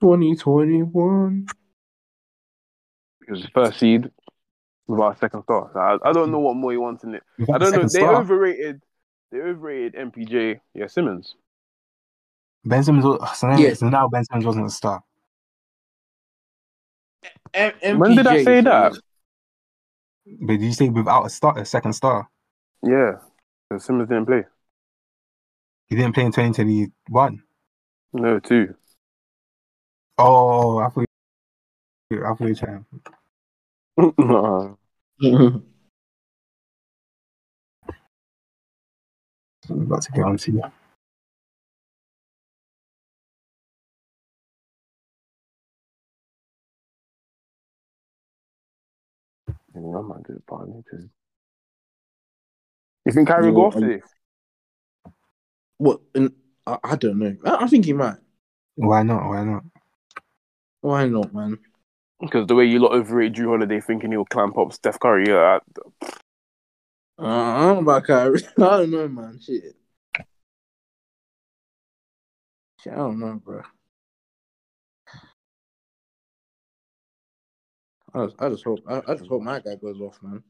[SPEAKER 6] Twenty twenty one.
[SPEAKER 2] He was the first seed without a second star. So I, I don't know what more he wants in it. I don't know.
[SPEAKER 4] Second
[SPEAKER 2] They
[SPEAKER 4] star.
[SPEAKER 2] overrated. They overrated MPJ. Yeah, Simmons.
[SPEAKER 4] Ben Simmons was, so now,
[SPEAKER 6] Yeah.
[SPEAKER 4] so now Ben Simmons wasn't a star.
[SPEAKER 2] When did I say that?
[SPEAKER 4] But did you say without a star a second star?
[SPEAKER 2] Yeah, 'cause Simmons didn't play.
[SPEAKER 4] He didn't play in 2021.
[SPEAKER 2] No, two.
[SPEAKER 4] Oh, I thought. you- I thought you time.
[SPEAKER 2] no.
[SPEAKER 4] I'm about to get on to you.
[SPEAKER 2] I mean, I might do it, but I need to. You think Kyrie will go off
[SPEAKER 1] No,
[SPEAKER 2] today?
[SPEAKER 1] What? In, I, I don't know. I, I think he might.
[SPEAKER 4] Why not? Why not?
[SPEAKER 1] Why not, man?
[SPEAKER 2] Because the way you lot overrate Drew Holiday thinking he'll clamp up Steph Curry, yeah, I-
[SPEAKER 1] Uh, I don't know about Kyrie. I don't know, man. Shit. Shit, I don't know, bro. I just, I just hope, I, I just hope my guy goes off, man.